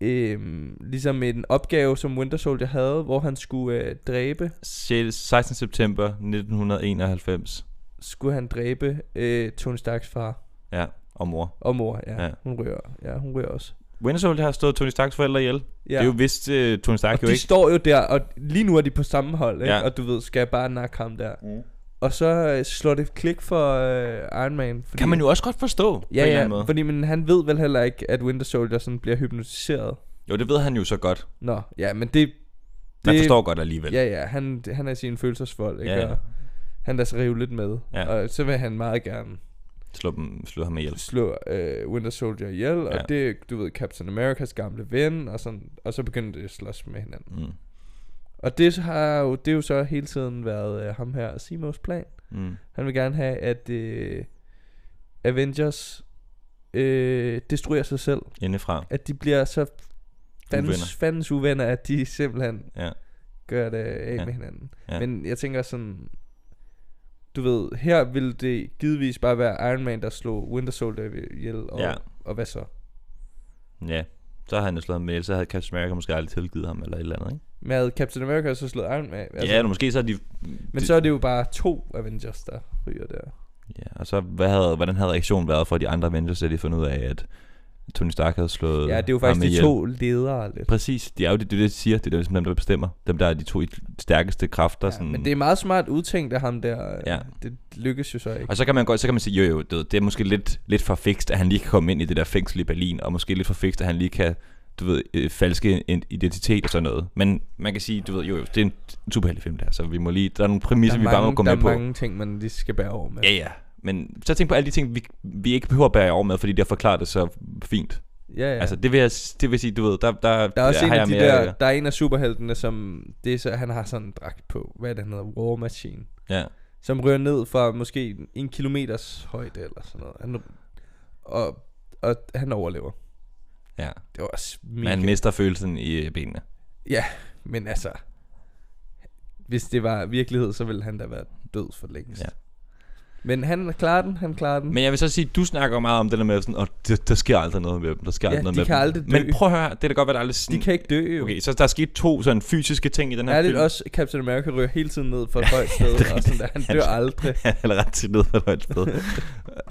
[SPEAKER 1] øh, ligesom en opgave, som Winter Soldier havde, hvor han skulle øh, dræbe...
[SPEAKER 2] 6. 16. september 1991.
[SPEAKER 1] Skulle han dræbe øh, Tony Starks far
[SPEAKER 2] Ja, og mor.
[SPEAKER 1] og mor, ja. ja.
[SPEAKER 2] Ja.
[SPEAKER 1] Hun rører, ja, hun rører også.
[SPEAKER 2] Winter Soldier har stået Tony Starks forældre ihjel. Ja.
[SPEAKER 1] Ja.
[SPEAKER 2] Det er jo vist uh, Tony Stark
[SPEAKER 1] Og
[SPEAKER 2] jo
[SPEAKER 1] de
[SPEAKER 2] ikke.
[SPEAKER 1] står jo der, og lige nu er de på samme hold, ikke? Ja.
[SPEAKER 2] Ja.
[SPEAKER 1] og du ved, skal jeg bare nakke ham der.
[SPEAKER 2] Mm.
[SPEAKER 1] Og så øh, slår det klik for øh, Iron Man. Fordi,
[SPEAKER 2] Kan man jo også godt forstå, på en
[SPEAKER 1] Ja,
[SPEAKER 2] eller
[SPEAKER 1] ja,
[SPEAKER 2] anden måde.
[SPEAKER 1] fordi men han ved vel heller ikke, at Winter Soldier sådan bliver hypnotiseret.
[SPEAKER 2] Jo, det ved han jo så godt.
[SPEAKER 1] Nå, ja, men det...
[SPEAKER 2] Man
[SPEAKER 1] det-
[SPEAKER 2] forstår godt alligevel.
[SPEAKER 1] Ja, ja, han, han er i sin følelsesvold, ikke?
[SPEAKER 2] Ja, ja.
[SPEAKER 1] Og han lader sig rive lidt med.
[SPEAKER 2] Ja.
[SPEAKER 1] Og så vil han meget gerne
[SPEAKER 2] Slå, dem, slå ham ihjel.
[SPEAKER 1] slå øh, Winter Soldier ihjel, ja.
[SPEAKER 2] Ja.
[SPEAKER 1] og det er, du ved, Captain Americas gamle ven, og, sådan, og så begynder det at slås med hinanden.
[SPEAKER 2] Mm.
[SPEAKER 1] Og det har jo, det er jo så hele tiden været øh, ham her, Simos plan.
[SPEAKER 2] Mm.
[SPEAKER 1] Han vil gerne have, at øh, Avengers øh, destruerer sig selv.
[SPEAKER 2] Indefra.
[SPEAKER 1] At de bliver så fandens
[SPEAKER 2] Uvenner.
[SPEAKER 1] fandens uvenner, at de simpelthen
[SPEAKER 2] Ja.
[SPEAKER 1] gør det af ja.
[SPEAKER 2] Ja.
[SPEAKER 1] med hinanden. Ja.
[SPEAKER 2] Ja.
[SPEAKER 1] Men jeg tænker sådan, du ved, her ville det givetvis bare være Iron Man, der slog Winter Soldier ihjel, og, ja.
[SPEAKER 2] Ja.
[SPEAKER 1] og hvad så?
[SPEAKER 2] Ja. Så har han jo slået ham ihjel, så havde Captain America måske aldrig tilgivet ham eller et eller andet, ikke?
[SPEAKER 1] Med Captain America så slået Iron Man.
[SPEAKER 2] Altså, ja, eller måske så er de...
[SPEAKER 1] men så er det jo bare to Avengers, der ryger der.
[SPEAKER 2] Ja, og så hvad havde, hvordan havde reaktionen været fra de andre Avengers, da de fundet ud af, at Tony Stark havde slået
[SPEAKER 1] Ja, det er jo
[SPEAKER 2] ham
[SPEAKER 1] faktisk de
[SPEAKER 2] ihjel?
[SPEAKER 1] to ledere lidt.
[SPEAKER 2] Præcis, det er jo det, det, er det de siger, det er ligesom dem, der bestemmer. Dem, der er de to stærkeste kræfter.
[SPEAKER 1] Ja,
[SPEAKER 2] sådan.
[SPEAKER 1] men det er meget smart udtænkt af ham der.
[SPEAKER 2] Ja.
[SPEAKER 1] Det lykkes jo så ikke.
[SPEAKER 2] Og så kan man godt, så kan man sige, jo jo, det, det er måske lidt, lidt for fikst, at han lige kan komme ind i det der fængsel i Berlin, og måske lidt for fikst, at han lige kan, du ved, øh, falske en identitet og sådan noget. Men man kan sige, du ved, jo jo, det er en superheldig film der, så vi må lige, der er nogle præmisser,
[SPEAKER 1] der er
[SPEAKER 2] vi bare
[SPEAKER 1] mange,
[SPEAKER 2] må gå
[SPEAKER 1] der
[SPEAKER 2] med
[SPEAKER 1] er
[SPEAKER 2] på.
[SPEAKER 1] mange ting, man lige skal bære over med.
[SPEAKER 2] Ja, ja. Men så tænk på alle de ting, vi, vi ikke behøver at bære over med, fordi de har forklaret det så fint.
[SPEAKER 1] ja, ja.
[SPEAKER 2] Ja. Altså, det vil, jeg, s- det vil sige, du ved, der, der,
[SPEAKER 1] der er også
[SPEAKER 2] har
[SPEAKER 1] en af
[SPEAKER 2] jeg
[SPEAKER 1] de
[SPEAKER 2] mere-
[SPEAKER 1] der, der er en af superheltene, som det er så, han har sådan en dragt på. Hvad er det, han hedder? War Machine.
[SPEAKER 2] Ja.
[SPEAKER 1] Som rører ned fra måske en kilometers højde eller sådan noget. Han, og, og han overlever.
[SPEAKER 2] ja.
[SPEAKER 1] Det var også mega.
[SPEAKER 2] Man mister følelsen i øh, benene.
[SPEAKER 1] Men altså, hvis det var virkelighed, så ville han da være død for længst.
[SPEAKER 2] Ja.
[SPEAKER 1] Men han klarer den, han klarer den.
[SPEAKER 2] Men jeg vil så sige, du snakker jo meget om det der med, sådan, og der, der sker aldrig noget med dem, der sker
[SPEAKER 1] Ja,
[SPEAKER 2] aldrig noget
[SPEAKER 1] de
[SPEAKER 2] med
[SPEAKER 1] kan
[SPEAKER 2] dem.
[SPEAKER 1] aldrig dø.
[SPEAKER 2] Men prøv at høre, det er da godt, hvad der aldrig
[SPEAKER 1] De
[SPEAKER 2] sådan,
[SPEAKER 1] kan ikke dø jo.
[SPEAKER 2] Okay, så der er sket to sådan fysiske ting i den her
[SPEAKER 1] Ærligt
[SPEAKER 2] film.
[SPEAKER 1] også, Captain America ryger hele tiden ned for et højt sted, og sådan der. Han dør aldrig.
[SPEAKER 2] Han er ret tit ned på et højt sted.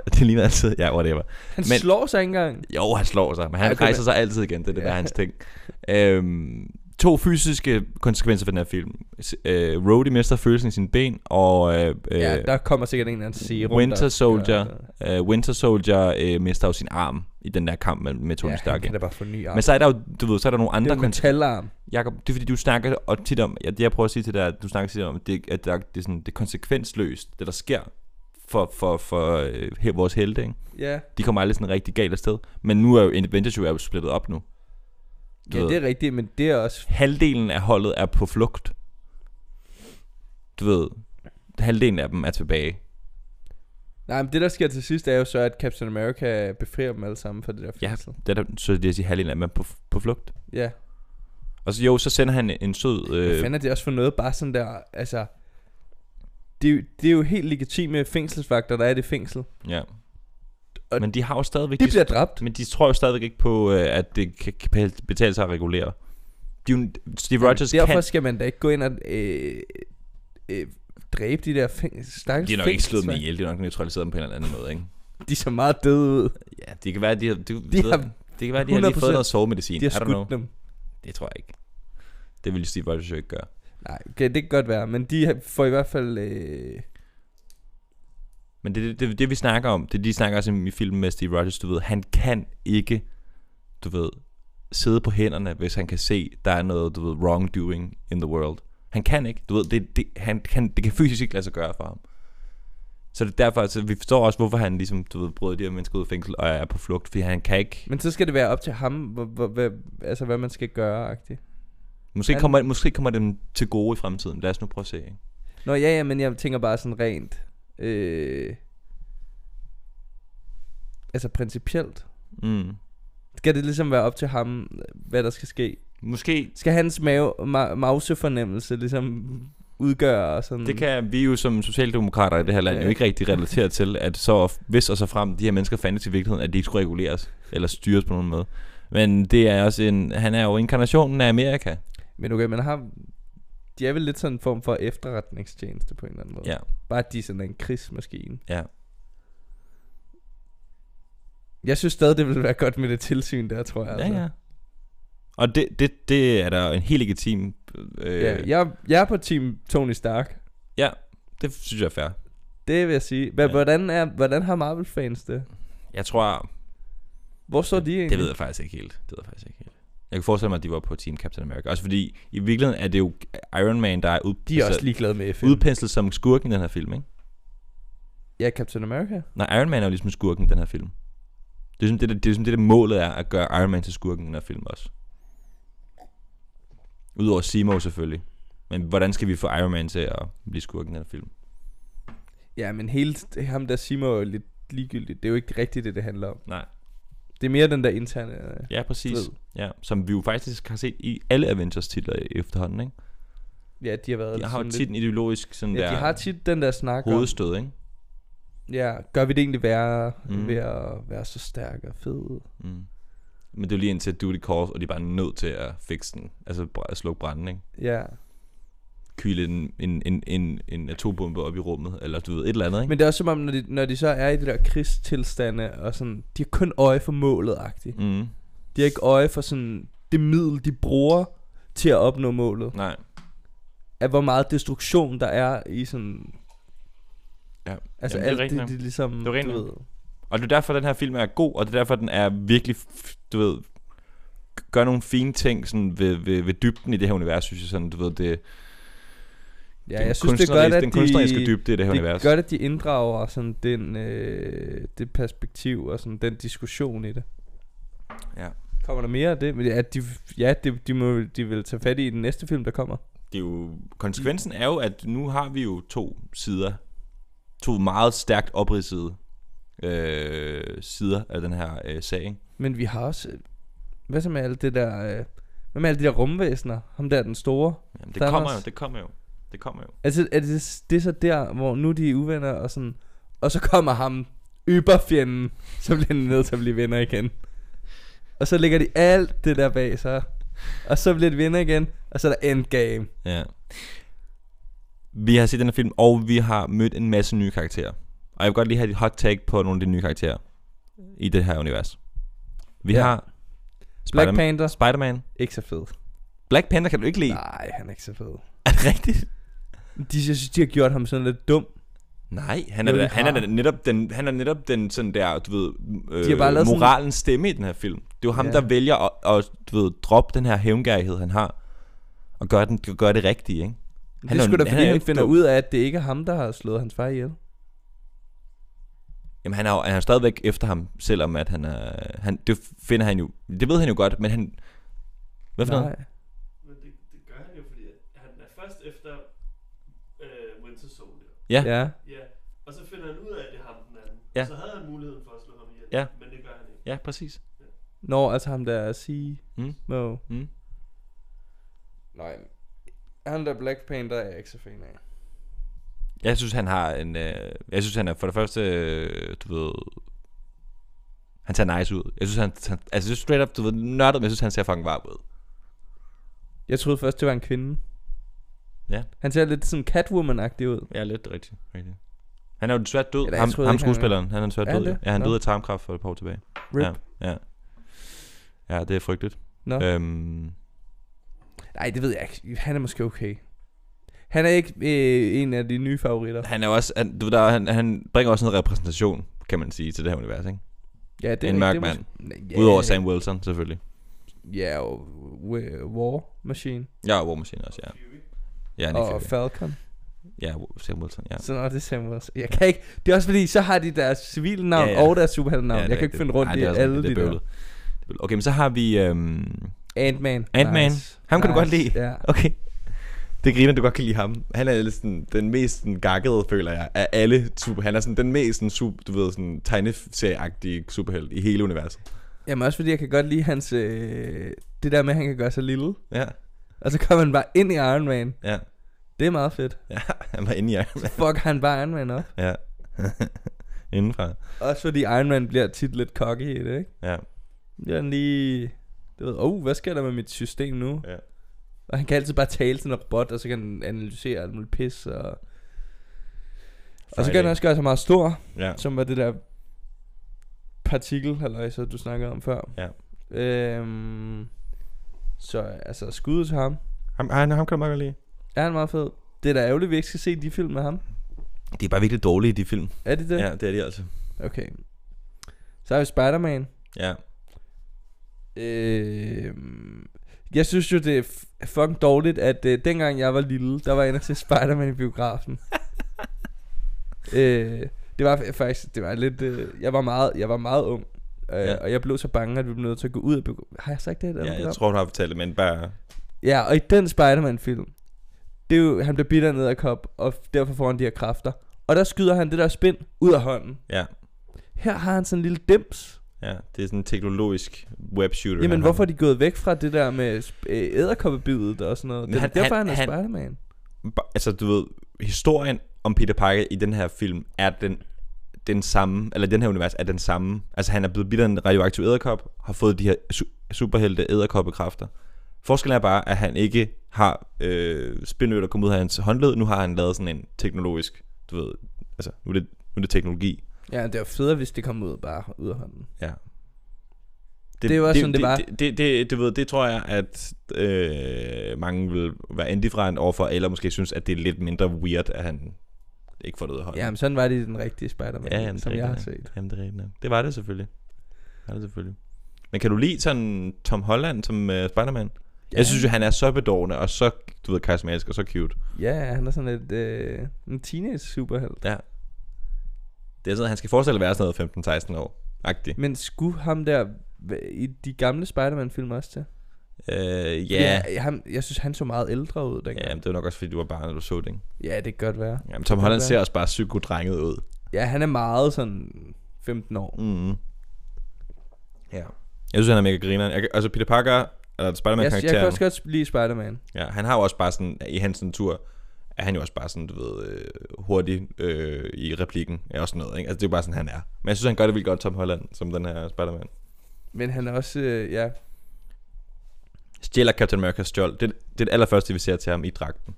[SPEAKER 2] det ligner altid, ja, whatever.
[SPEAKER 1] Han
[SPEAKER 2] Men-
[SPEAKER 1] men, slår sig ikke engang.
[SPEAKER 2] Jo, han slår sig, men
[SPEAKER 1] Ja,
[SPEAKER 2] han okay,
[SPEAKER 1] okay,
[SPEAKER 2] rejser
[SPEAKER 1] men-
[SPEAKER 2] sig altid igen, det er det, der er
[SPEAKER 1] Ja.
[SPEAKER 2] hans ting. Øhm, to fysiske konsekvenser for den her film. S- Øh, Rhodey mister følelsen i sine ben, og øh, øh,
[SPEAKER 1] Ja, der kommer sikkert en eller anden serum.
[SPEAKER 2] Winter
[SPEAKER 1] der- altså.
[SPEAKER 2] Soldier.
[SPEAKER 1] der-
[SPEAKER 2] øh, Winter Soldier øh, mister jo sin arm i den der kamp med, med Tony
[SPEAKER 1] ja,
[SPEAKER 2] Stark.
[SPEAKER 1] han kan
[SPEAKER 2] igen.
[SPEAKER 1] da bare få en ny arm.
[SPEAKER 2] Men så er der jo, du ved, så er der nogle
[SPEAKER 1] det er
[SPEAKER 2] andre
[SPEAKER 1] en
[SPEAKER 2] konsekvenser.
[SPEAKER 1] metalarm.
[SPEAKER 2] Jakob, det er fordi, du snakker og tit om, ja, det jeg prøver at sige til dig, er, at du snakker tit om, at det, at der, det, er sådan, det er konsekvensløst, det der sker for, for, for øh, he- vores helte, ikke?
[SPEAKER 1] Ja,
[SPEAKER 2] De kommer aldrig sådan rigtig galt afsted. Men nu er jo Avengers jo er jo splittet op nu. Du
[SPEAKER 1] ja
[SPEAKER 2] ved.
[SPEAKER 1] det er rigtigt, men det er også...
[SPEAKER 2] Halvdelen af holdet er på flugt. Du ved, halvdelen af dem er tilbage.
[SPEAKER 1] Nej, men det der sker til sidst er jo så, at Captain America befrier dem alle sammen fra det der
[SPEAKER 2] Ja,
[SPEAKER 1] fængsel.
[SPEAKER 2] det er, der- så det er at sige, halvdelen af dem er på, på flugt.
[SPEAKER 1] Ja.
[SPEAKER 2] Og så jo, så sender han en sød...
[SPEAKER 1] Øh. Hvad
[SPEAKER 2] Øh,
[SPEAKER 1] fanden er det også for noget bare sådan der, altså... Det er, jo, det er jo helt legitime fængselsvagter, der er i det fængsel.
[SPEAKER 2] ja.
[SPEAKER 1] Og
[SPEAKER 2] Men de har jo stadigvæk...
[SPEAKER 1] De bliver dræbt.
[SPEAKER 2] Men de tror jo stadigvæk ikke på, øh, at det kan kan beta- betale sig at regulere. De, er jo- Steve Rogers
[SPEAKER 1] Derfor
[SPEAKER 2] kan...
[SPEAKER 1] skal man da ikke gå ind og øh, øh, dræbe de der fængsel.
[SPEAKER 2] De har nok ikke slået dem ihjel, de har nok neutraliseret dem på en eller anden måde, ikke?
[SPEAKER 1] De er så meget døde ud.
[SPEAKER 2] Ja, det kan være, at de har,
[SPEAKER 1] De
[SPEAKER 2] de,
[SPEAKER 1] har,
[SPEAKER 2] det kan være, at de har lige
[SPEAKER 1] 100%
[SPEAKER 2] fået noget sovemedicin.
[SPEAKER 1] de har
[SPEAKER 2] I don't know.
[SPEAKER 1] skudt dem.
[SPEAKER 2] Det tror jeg ikke. Det ville Steve Rogers jo ikke gøre.
[SPEAKER 1] Nej, okay, det kan godt være, men de har- får i hvert fald... Øh,
[SPEAKER 2] Men det, det, det, det vi snakker om, det de snakker også om i filmen med Steve Rogers, du ved, han kan ikke, du ved, sidde på hænderne, hvis han kan se, der er noget, du ved, wrongdoing in the world. Han kan ikke, du ved, det, det, han, han, det kan fysisk ikke lade sig gøre for ham. Så det er derfor, altså, vi forstår også, hvorfor han ligesom, du ved, brød de her mennesker ud af fængsel og er på flugt, fordi han kan ikke,
[SPEAKER 1] men så skal det være op til ham, hvor, hvor, hvad, altså hvad man skal gøre, agtigt.
[SPEAKER 2] måske,
[SPEAKER 1] han-
[SPEAKER 2] kommer, måske kommer dem til gode i fremtiden, lad os nu prøve at se, ikke?
[SPEAKER 1] Nå ja, ja, men jeg tænker bare sådan rent... Øh, altså principielt.
[SPEAKER 2] Mm.
[SPEAKER 1] Skal det ligesom være op til ham, hvad der skal ske?
[SPEAKER 2] Måske
[SPEAKER 1] Skal hans mave, ma- mausefornemmelse ligesom udgøre sådan...
[SPEAKER 2] Det kan vi jo som socialdemokrater i det her land jo
[SPEAKER 1] Mm. Ja.
[SPEAKER 2] ikke rigtig relatere til, at så hvis og så frem de her mennesker fandtes i virkeligheden, at de ikke skulle reguleres eller styres på nogen måde. Men det er også en, han er jo inkarnationen af Amerika.
[SPEAKER 1] Men okay, man har... De er vel lidt sådan en form for efterretningstjeneste på en eller anden måde.
[SPEAKER 2] Ja,
[SPEAKER 1] Bare at de er sådan en krigsmaskine.
[SPEAKER 2] ja.
[SPEAKER 1] Jeg synes stadig, det ville være godt med det tilsyn der, tror jeg. altså.
[SPEAKER 2] ja, ja. Og det, det, det er der en helt legitim... Øh,
[SPEAKER 1] ja jeg, jeg er på team Tony Stark.
[SPEAKER 2] ja, det synes jeg er fair.
[SPEAKER 1] Det vil jeg sige. Hvad,
[SPEAKER 2] Ja.
[SPEAKER 1] ja. hvordan, er, hvordan har Marvel-fans det?
[SPEAKER 2] Jeg tror...
[SPEAKER 1] Hvor så de egentlig?
[SPEAKER 2] Det ved jeg faktisk ikke helt. Det ved jeg faktisk ikke helt. Jeg kan forestille mig, at de var på Team Captain America. Også fordi i virkeligheden er det jo Iron Man, der er, ud, altså
[SPEAKER 1] De er også ligeglade med FN.
[SPEAKER 2] udpenslet som skurken i den her film, ikke?
[SPEAKER 1] Ja, Captain America.
[SPEAKER 2] Nej, Iron Man er jo ligesom skurken i den her film. Det er ligesom det, der, det, er ligesom det, der målet er at gøre Iron Man til skurken i den her film også. Udover Simo selvfølgelig. Men hvordan skal vi få Iron Man til at blive skurken i den her film?
[SPEAKER 1] Ja, men hele st- ham der Simo er jo lidt ligegyldigt. Det er jo ikke rigtigt, det det handler om.
[SPEAKER 2] Nej.
[SPEAKER 1] Det er mere den der interne... øh,
[SPEAKER 2] Ja, præcis.
[SPEAKER 1] Fed.
[SPEAKER 2] Ja, som vi jo faktisk har set i alle Avengers titler efterhånden, ikke?
[SPEAKER 1] Ja, de har været
[SPEAKER 2] De har jo
[SPEAKER 1] sådan
[SPEAKER 2] tit en ideologisk sådan
[SPEAKER 1] lidt... Ja, de
[SPEAKER 2] der
[SPEAKER 1] har tit den der snak om,
[SPEAKER 2] hovedstød, ikke?
[SPEAKER 1] ja, gør vi det egentlig værre
[SPEAKER 2] Mm.
[SPEAKER 1] mm. ved at være så stærk og fed?
[SPEAKER 2] Mm. Men det er jo lige indtil Duty Calls, og de er bare nødt til at fikse den. Altså br- at slukke branden, ikke?
[SPEAKER 1] Ja.
[SPEAKER 2] Kyle en, en, en, en, en atombombe op i rummet, eller du ved, et eller andet, ikke?
[SPEAKER 1] Men det er også som om, når de, når de så er i det der krigstilstande, og sådan, de har kun øje for målet, agtigt.
[SPEAKER 2] Men... Mm.
[SPEAKER 1] De har ikke øje for sådan det middel, de bruger til at opnå målet.
[SPEAKER 2] Nej.
[SPEAKER 1] Af hvor meget destruktion der er i sådan...
[SPEAKER 2] Ja.
[SPEAKER 1] Altså
[SPEAKER 2] Jamen,
[SPEAKER 1] Jamen, alt
[SPEAKER 2] det er rigtigt
[SPEAKER 1] det,
[SPEAKER 2] nok.
[SPEAKER 1] det, de ligesom...
[SPEAKER 2] er rigtigt
[SPEAKER 1] du
[SPEAKER 2] nok.
[SPEAKER 1] ved,
[SPEAKER 2] Og det er derfor, den her film er god, og det er derfor, den er virkelig, f- du ved, gør nogle fine ting sådan ved, ved, ved dybden i det her univers, synes jeg sådan, du ved, det,
[SPEAKER 1] ja,
[SPEAKER 2] den
[SPEAKER 1] jeg synes, det er
[SPEAKER 2] kunstneriske-
[SPEAKER 1] godt, at
[SPEAKER 2] den kunstneriske
[SPEAKER 1] de,
[SPEAKER 2] dybde i det her
[SPEAKER 1] det
[SPEAKER 2] univers.
[SPEAKER 1] er godt, at de inddrager sådan den, øh, det perspektiv og sådan den diskussion i det.
[SPEAKER 2] Ja.
[SPEAKER 1] Kommer der mere af det? Men ja, de, ja de, de, må, de vil tage fat i i den næste film, der kommer.
[SPEAKER 2] det er jo, konsekvensen er jo, at nu har vi jo to sider, to meget stærkt opridsede øh, sider af den her øh, sag, ikke?
[SPEAKER 1] Men vi har også... øh, Hvad så med alt det der... Øh, hvad med alle de der rumvæsener? Ham der, den store?
[SPEAKER 2] Jamen, det
[SPEAKER 1] Der er
[SPEAKER 2] kommer jo,
[SPEAKER 1] også-
[SPEAKER 2] det kommer jo, det kommer jo.
[SPEAKER 1] Altså, er det, det er så der, hvor nu de er uvenner og sådan... Og så kommer ham yberfjenden, som bliver nødt til at blive venner igen. Og så ligger de alt det der bag sig. Og så bliver de venner igen, og så er der endgame.
[SPEAKER 2] Ja. Vi har set den her film, og vi har mødt en masse nye karakterer. Og jeg vil godt lige have et hot take på nogle af de nye karakterer i det her univers. Vi
[SPEAKER 1] Ja.
[SPEAKER 2] ja. har
[SPEAKER 1] Black
[SPEAKER 2] Spider-
[SPEAKER 1] Panther,
[SPEAKER 2] Spider-Man.
[SPEAKER 1] ikke så fed.
[SPEAKER 2] Black Panther kan du ikke lide.
[SPEAKER 1] Nej, han er ikke så fed.
[SPEAKER 2] Er det rigtigt?
[SPEAKER 1] De, jeg synes, de har gjort ham sådan lidt dum.
[SPEAKER 2] Nej, han
[SPEAKER 1] Jo,
[SPEAKER 2] er,
[SPEAKER 1] de
[SPEAKER 2] da, han er
[SPEAKER 1] har.
[SPEAKER 2] da netop den, han er netop den sådan der, du ved,
[SPEAKER 1] De har
[SPEAKER 2] øh,
[SPEAKER 1] bare lavet sådan-
[SPEAKER 2] moralens stemme i den her film. Det er jo ham,
[SPEAKER 1] Ja.
[SPEAKER 2] der vælger at, at du ved, droppe den her hævngærighed, han har, og gøre, den, gøre det rigtige, ikke?
[SPEAKER 1] Han
[SPEAKER 2] Han
[SPEAKER 1] det
[SPEAKER 2] er
[SPEAKER 1] er
[SPEAKER 2] jo-
[SPEAKER 1] sgu da,
[SPEAKER 2] han
[SPEAKER 1] fordi
[SPEAKER 2] er
[SPEAKER 1] han,
[SPEAKER 2] jo
[SPEAKER 1] finder
[SPEAKER 2] dum.
[SPEAKER 1] ud af, at det ikke er ham, der har slået hans far ihjel.
[SPEAKER 2] Jamen, han er, jo, han er jo stadigvæk efter ham, selvom at han er... Han, det finder han jo... Det ved han jo godt, men han... Hvad for noget?
[SPEAKER 1] Nej.
[SPEAKER 3] Men det, det gør han jo, fordi at han er først efter øh, Winter Soldier.
[SPEAKER 2] Ja.
[SPEAKER 1] Ja.
[SPEAKER 3] Ja, og så finder han ud af, at det er ham den anden.
[SPEAKER 2] Ja.
[SPEAKER 3] Så havde han muligheden for at slå ham ihjel,
[SPEAKER 2] Ja.
[SPEAKER 3] men det gør han ikke.
[SPEAKER 2] Ja, præcis.
[SPEAKER 1] Nå, altså ham der sige.
[SPEAKER 2] Mm.
[SPEAKER 1] Mo.
[SPEAKER 2] Mm.
[SPEAKER 1] Nej. Han der Black Panther er jeg ikke så fan af.
[SPEAKER 2] Jeg synes, han har en... Øh, jeg synes, han er for det første... Øh, du ved... Han ser nice ud. Jeg synes, han... han altså, det er straight up, du ved, nørdet, men jeg synes, han ser fucking varm ud.
[SPEAKER 1] Jeg troede først, det var en kvinde.
[SPEAKER 2] Ja.
[SPEAKER 1] Han ser lidt sådan Catwoman-agtig ud.
[SPEAKER 2] Ja, lidt rigtigt. rigtigt. Han er jo desværre død.
[SPEAKER 1] Eller, jeg
[SPEAKER 2] ham,
[SPEAKER 1] troede
[SPEAKER 2] ham
[SPEAKER 1] ikke, han-
[SPEAKER 2] skuespilleren, han er desværre
[SPEAKER 1] Er han
[SPEAKER 2] død.
[SPEAKER 1] det?
[SPEAKER 2] jo. Ja, han
[SPEAKER 1] Nå.
[SPEAKER 2] døde af tarmkræft for et par år tilbage.
[SPEAKER 1] Rip.
[SPEAKER 2] Ja, ja. Ja, det er frygteligt.
[SPEAKER 1] Nå.
[SPEAKER 2] Øhm,
[SPEAKER 1] Nej, det ved jeg ikke. Han er måske okay. Han er ikke øh, en af de nye favoritter.
[SPEAKER 2] han er jo også, han, du ved, der, han, han bringer også noget repræsentation, kan man sige, til det her univers, ikke?
[SPEAKER 1] Ja,
[SPEAKER 2] Det er en
[SPEAKER 1] rigtigt,
[SPEAKER 2] mørk
[SPEAKER 1] det
[SPEAKER 2] mand.
[SPEAKER 1] måske- Nej,
[SPEAKER 2] Yeah. Udover Sam Wilson, selvfølgelig.
[SPEAKER 1] Ja, og Wa- War Machine.
[SPEAKER 2] Ja, og War Machine også, ja.
[SPEAKER 3] Fury.
[SPEAKER 2] Ja, Nick
[SPEAKER 1] Og
[SPEAKER 2] Fury.
[SPEAKER 1] Falcon.
[SPEAKER 2] ja, War- Sam Wilson, ja.
[SPEAKER 1] Sådan er det Sam Wilson. Jeg kan ikke... Det er også fordi, så har de deres civile navn
[SPEAKER 2] Ja, ja.
[SPEAKER 1] og deres superheltenavn.
[SPEAKER 2] ja,
[SPEAKER 1] Ja,
[SPEAKER 2] det
[SPEAKER 1] jeg
[SPEAKER 2] er
[SPEAKER 1] kan ikke
[SPEAKER 2] rigtigt.
[SPEAKER 1] finde rundt
[SPEAKER 2] Ej,
[SPEAKER 1] i
[SPEAKER 2] det er også
[SPEAKER 1] alle
[SPEAKER 2] rigtigt,
[SPEAKER 1] de
[SPEAKER 2] det
[SPEAKER 1] der.
[SPEAKER 2] er bøvlet. Det er bøvlet. Okay, men så har vi... Øhm,
[SPEAKER 1] Ant-Man.
[SPEAKER 2] Ant-Man. Ham kan du godt lide.
[SPEAKER 1] Ja.
[SPEAKER 2] okay. Det griner, du godt kan lide ham. Han er lidt sådan, den mest sådan, gakkede, føler jeg, af alle super... Han er sådan den mest sådan, super, du ved, sådan, tegneserieagtige superhelt i hele universet.
[SPEAKER 1] Jamen også fordi, jeg kan godt lide hans... Øh, det der med, at han kan gøre sig lille.
[SPEAKER 2] Ja,
[SPEAKER 1] Og så kommer han bare ind i Iron Man.
[SPEAKER 2] ja.
[SPEAKER 1] Det er meget fedt.
[SPEAKER 2] Ja, han var inde i Iron Man.
[SPEAKER 1] Fuck, han bare Iron Man op.
[SPEAKER 2] Ja. Indenfra.
[SPEAKER 1] Også fordi Iron Man bliver tit lidt cocky i det, ikke?
[SPEAKER 2] Ja.
[SPEAKER 1] Bliver han lige... Du ved, oh, hvad sker der med mit system nu?
[SPEAKER 2] Ja.
[SPEAKER 1] Og han kan altid bare tale til en robot, og så kan han analysere alt muligt pis, og... Og så kan han
[SPEAKER 2] Friday.
[SPEAKER 1] også gøre sig meget stor,
[SPEAKER 2] Ja.
[SPEAKER 1] som var det der partikel, eller så du snakkede om før.
[SPEAKER 2] Ja.
[SPEAKER 1] Øhm, så altså, skuddet til ham.
[SPEAKER 2] Ham, han, ham kan du meget godt lide.
[SPEAKER 1] Er han meget fed? Det er da ærgerligt, at vi ikke skal se de film med ham.
[SPEAKER 2] De er bare virkelig dårlige, de film.
[SPEAKER 1] Er det det?
[SPEAKER 2] Ja, det er de altså.
[SPEAKER 1] Okay. Så har vi Spider-Man.
[SPEAKER 2] Ja.
[SPEAKER 1] Øh, jeg synes jo, det er f- fucking dårligt, at øh, dengang jeg var lille, der var jeg inde til Spider-Man i biografen. øh, det var fa- faktisk, det var lidt, øh, jeg var meget, jeg var meget ung. Øh,
[SPEAKER 2] Ja.
[SPEAKER 1] ja. Og jeg blev så bange, at vi blev nødt til at gå ud af biografen. Har jeg sagt det? i et andet
[SPEAKER 2] ja jeg
[SPEAKER 1] program?
[SPEAKER 2] tror, du har fortalt det, men bare...
[SPEAKER 1] ja, og i den Spider-Man-film, det er jo, han bliver bitter ned af kop, og f- derfor får han de her kræfter. Og der skyder han det der spind ud af hånden.
[SPEAKER 2] Ja.
[SPEAKER 1] Her har han sådan en lille dims.
[SPEAKER 2] Ja, det er sådan en teknologisk webshooter.
[SPEAKER 1] Jamen
[SPEAKER 2] han
[SPEAKER 1] hvorfor
[SPEAKER 2] har.
[SPEAKER 1] er de gået væk fra det der med sp- øh, æderkoppebidet og sådan noget?
[SPEAKER 2] Men
[SPEAKER 1] Det er
[SPEAKER 2] han-
[SPEAKER 1] derfor han,
[SPEAKER 2] han-
[SPEAKER 1] er
[SPEAKER 2] han-
[SPEAKER 1] Spider-Man.
[SPEAKER 2] Ba- Altså, du ved, historien om Peter Parker i den her film er den den samme, eller den her univers er den samme. Altså han er blevet bidt af en radioaktiv æderkop, har fået de her su- superhelte æderkoppekræfter. Forskellen er bare, at han ikke har øh, spindøl, der kommer ud af hans håndled. Nu har han lavet sådan en teknologisk, du ved, altså nu er det, nu er det teknologi.
[SPEAKER 1] Ja, det var federe, hvis det kom ud bare ud af hånden.
[SPEAKER 2] Ja.
[SPEAKER 1] Det var sådan, det var.
[SPEAKER 2] Det, det, det, du ved, det tror jeg, at øh, mange vil være indifferent overfor, eller måske synes, at det er lidt mindre weird, at han ikke får det ud af hånden.
[SPEAKER 1] Jamen sådan var det i den rigtige Spider-Man,
[SPEAKER 2] Ja, jamen, det er
[SPEAKER 1] som jeg har
[SPEAKER 2] rigtigt,
[SPEAKER 1] set.
[SPEAKER 2] Jamen, det er rigtigt. nok. Det var det selvfølgelig. Det var det selvfølgelig. Men kan du lide sådan Tom Holland som øh, Spider-Man? Ja. Jeg synes jo, han er så bedårende, og så, du ved, karismatisk og så cute.
[SPEAKER 1] Ja, han er sådan lidt øh, en teenage superhelt.
[SPEAKER 2] Ja. Det er sådan, at han skal forestille at være sådan noget 15-16 år. Agtig.
[SPEAKER 1] Men skulle ham der hva- i de gamle Spider-Man-film også til?
[SPEAKER 2] Øh,
[SPEAKER 1] Fordi
[SPEAKER 2] ja.
[SPEAKER 1] Jeg, ham, jeg synes, han så meget ældre ud dengang.
[SPEAKER 2] Ja, men det var nok også, fordi du var barn, og du så det, ikke?
[SPEAKER 1] Ja, det kan godt være.
[SPEAKER 2] Jamen, Tom
[SPEAKER 1] kan
[SPEAKER 2] Holland
[SPEAKER 1] være.
[SPEAKER 2] ser også bare psykodrenget ud.
[SPEAKER 1] Ja, han er meget sådan 15 år.
[SPEAKER 2] Mm. Ja. Jeg synes, han er mega grineren. Jeg, kan- altså, Peter Parker, eller
[SPEAKER 1] Jeg, jeg kan også
[SPEAKER 2] Spider-Man-karakteren,
[SPEAKER 1] godt lide Spider-Man.
[SPEAKER 2] ja, han har jo også bare sådan, i hans sådan tur, er han jo også bare sådan, du ved, øh, hurtig øh, i replikken er også noget, ikke? Altså, det er jo bare sådan, han er. Men jeg synes, han gør det vildt godt, Tom Holland, som den her Spider-Man.
[SPEAKER 1] Men han er også, øh, ja,
[SPEAKER 2] Stjæler Captain America's stjål. Det, det er det allerførste, vi ser til ham i dragten.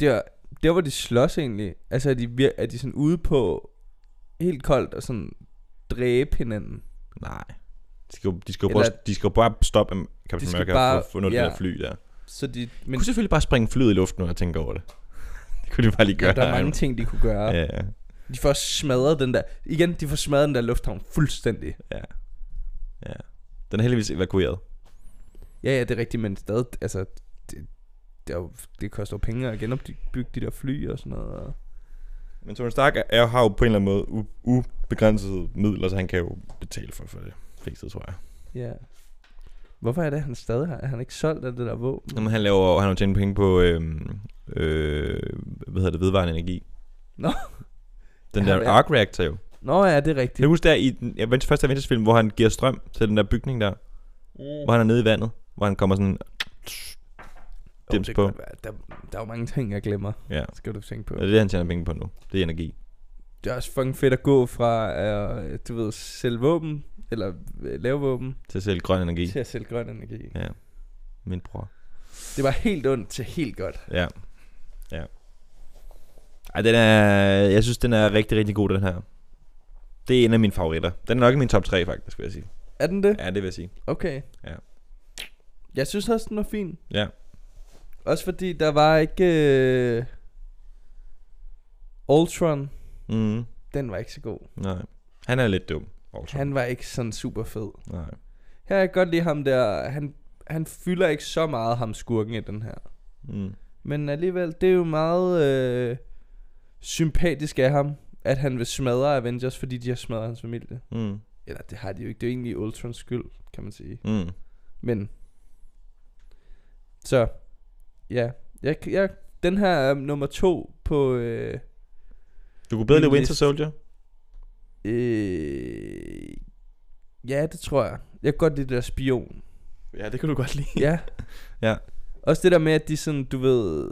[SPEAKER 1] der, der hvor de slås egentlig, altså er de, vir- er de sådan ude på helt koldt og sådan dræbe hinanden.
[SPEAKER 2] Nej. De skal, jo- de skal, jo prøve,
[SPEAKER 1] Eller-
[SPEAKER 2] de skal jo bare stoppe um,
[SPEAKER 1] De
[SPEAKER 2] Captain
[SPEAKER 1] skal
[SPEAKER 2] America
[SPEAKER 1] bare-
[SPEAKER 2] bare, for at få noget ja.
[SPEAKER 1] ja.
[SPEAKER 2] det der fly der.
[SPEAKER 1] Så de,
[SPEAKER 2] Men,
[SPEAKER 1] men
[SPEAKER 2] kunne selvfølgelig bare springe flyet i luften, når jeg tænker over det. det kunne de bare lige
[SPEAKER 1] ja,
[SPEAKER 2] gøre.
[SPEAKER 1] der er mange ting, de kunne gøre.
[SPEAKER 2] Ja, ja.
[SPEAKER 1] De får smadret den der, igen, de får smadret den der lufthavn fuldstændig.
[SPEAKER 2] ja. Den er heldigvis evakueret.
[SPEAKER 1] Ja, ja, det er rigtigt, men stadig, altså, det, det, er jo, det koster jo penge at genopbygge de der fly og sådan noget. Og
[SPEAKER 2] Men Tony Stark er, er, har jo på en eller anden måde u, ubegrænsede midler, så han kan jo betale for, for det fleste, tror jeg.
[SPEAKER 1] Ja. Hvorfor er det, at han stadig har? Er han ikke solgt af det der våben?
[SPEAKER 2] Jamen, han laver han har jo tjent penge på, øhm, øh, hvad hedder det, vedvarende energi.
[SPEAKER 1] Nå.
[SPEAKER 2] Den
[SPEAKER 1] Ja,
[SPEAKER 2] der
[SPEAKER 1] det er-
[SPEAKER 2] arc reactor jo.
[SPEAKER 1] Nå ja, det er
[SPEAKER 2] Kan du
[SPEAKER 1] rigtigt.
[SPEAKER 2] huske der i den Avengers, første Avengers-film, hvor han giver strøm til den der bygning der? Hvor han er nede i vandet, hvor han kommer sådan... dims
[SPEAKER 1] det
[SPEAKER 2] på.
[SPEAKER 1] kan være. Der, der er jo mange ting, jeg glemmer.
[SPEAKER 2] Ja,
[SPEAKER 1] Skal du tænke på.
[SPEAKER 2] det er det, han tjener penge på nu. Det er energi.
[SPEAKER 1] Det er også fucking fedt at gå fra at, øh, du ved, sælge våben, eller øh, lave våben,
[SPEAKER 2] Til at sælge grøn energi.
[SPEAKER 1] til at sælge grøn energi.
[SPEAKER 2] Ja. Min bror.
[SPEAKER 1] Det var helt ondt til helt godt.
[SPEAKER 2] Ja. Ja. Ej, den er... Jeg synes, den er rigtig, rigtig god, den her. Det er en af mine favoritter. Den er nok i min top 3, faktisk, vil jeg sige.
[SPEAKER 1] Er den det?
[SPEAKER 2] Ja, det vil jeg sige.
[SPEAKER 1] Okay.
[SPEAKER 2] Ja.
[SPEAKER 1] Jeg synes også, den var fin.
[SPEAKER 2] Ja.
[SPEAKER 1] Også fordi der var ikke... Øh... Ultron,
[SPEAKER 2] Mm,
[SPEAKER 1] den var ikke så god.
[SPEAKER 2] nej. Han er lidt dum. Ultron.
[SPEAKER 1] Han var ikke sådan super fed.
[SPEAKER 2] Nej.
[SPEAKER 1] Her kan jeg godt lide ham der. Han, han fylder ikke så meget ham skurken i den her.
[SPEAKER 2] Mm.
[SPEAKER 1] Men alligevel, det er jo meget øh, sympatisk af ham, at han vil smadre Avengers, fordi de har smadret hans familie.
[SPEAKER 2] Mm.
[SPEAKER 1] Eller det har de jo ikke. Det er jo egentlig Ultrons skyld, kan man sige.
[SPEAKER 2] Mm.
[SPEAKER 1] Men. Så. Ja. Jeg, jeg, den her er nummer to på... Øh,
[SPEAKER 2] Du kunne bedre lide
[SPEAKER 1] Min
[SPEAKER 2] Winter
[SPEAKER 1] liste.
[SPEAKER 2] Soldier?
[SPEAKER 1] øh, ja, det tror jeg. Jeg kan godt lide det der spion.
[SPEAKER 2] Ja, det kunne du godt lide.
[SPEAKER 1] Ja.
[SPEAKER 2] Ja.
[SPEAKER 1] Også det der med, at de sådan, du ved...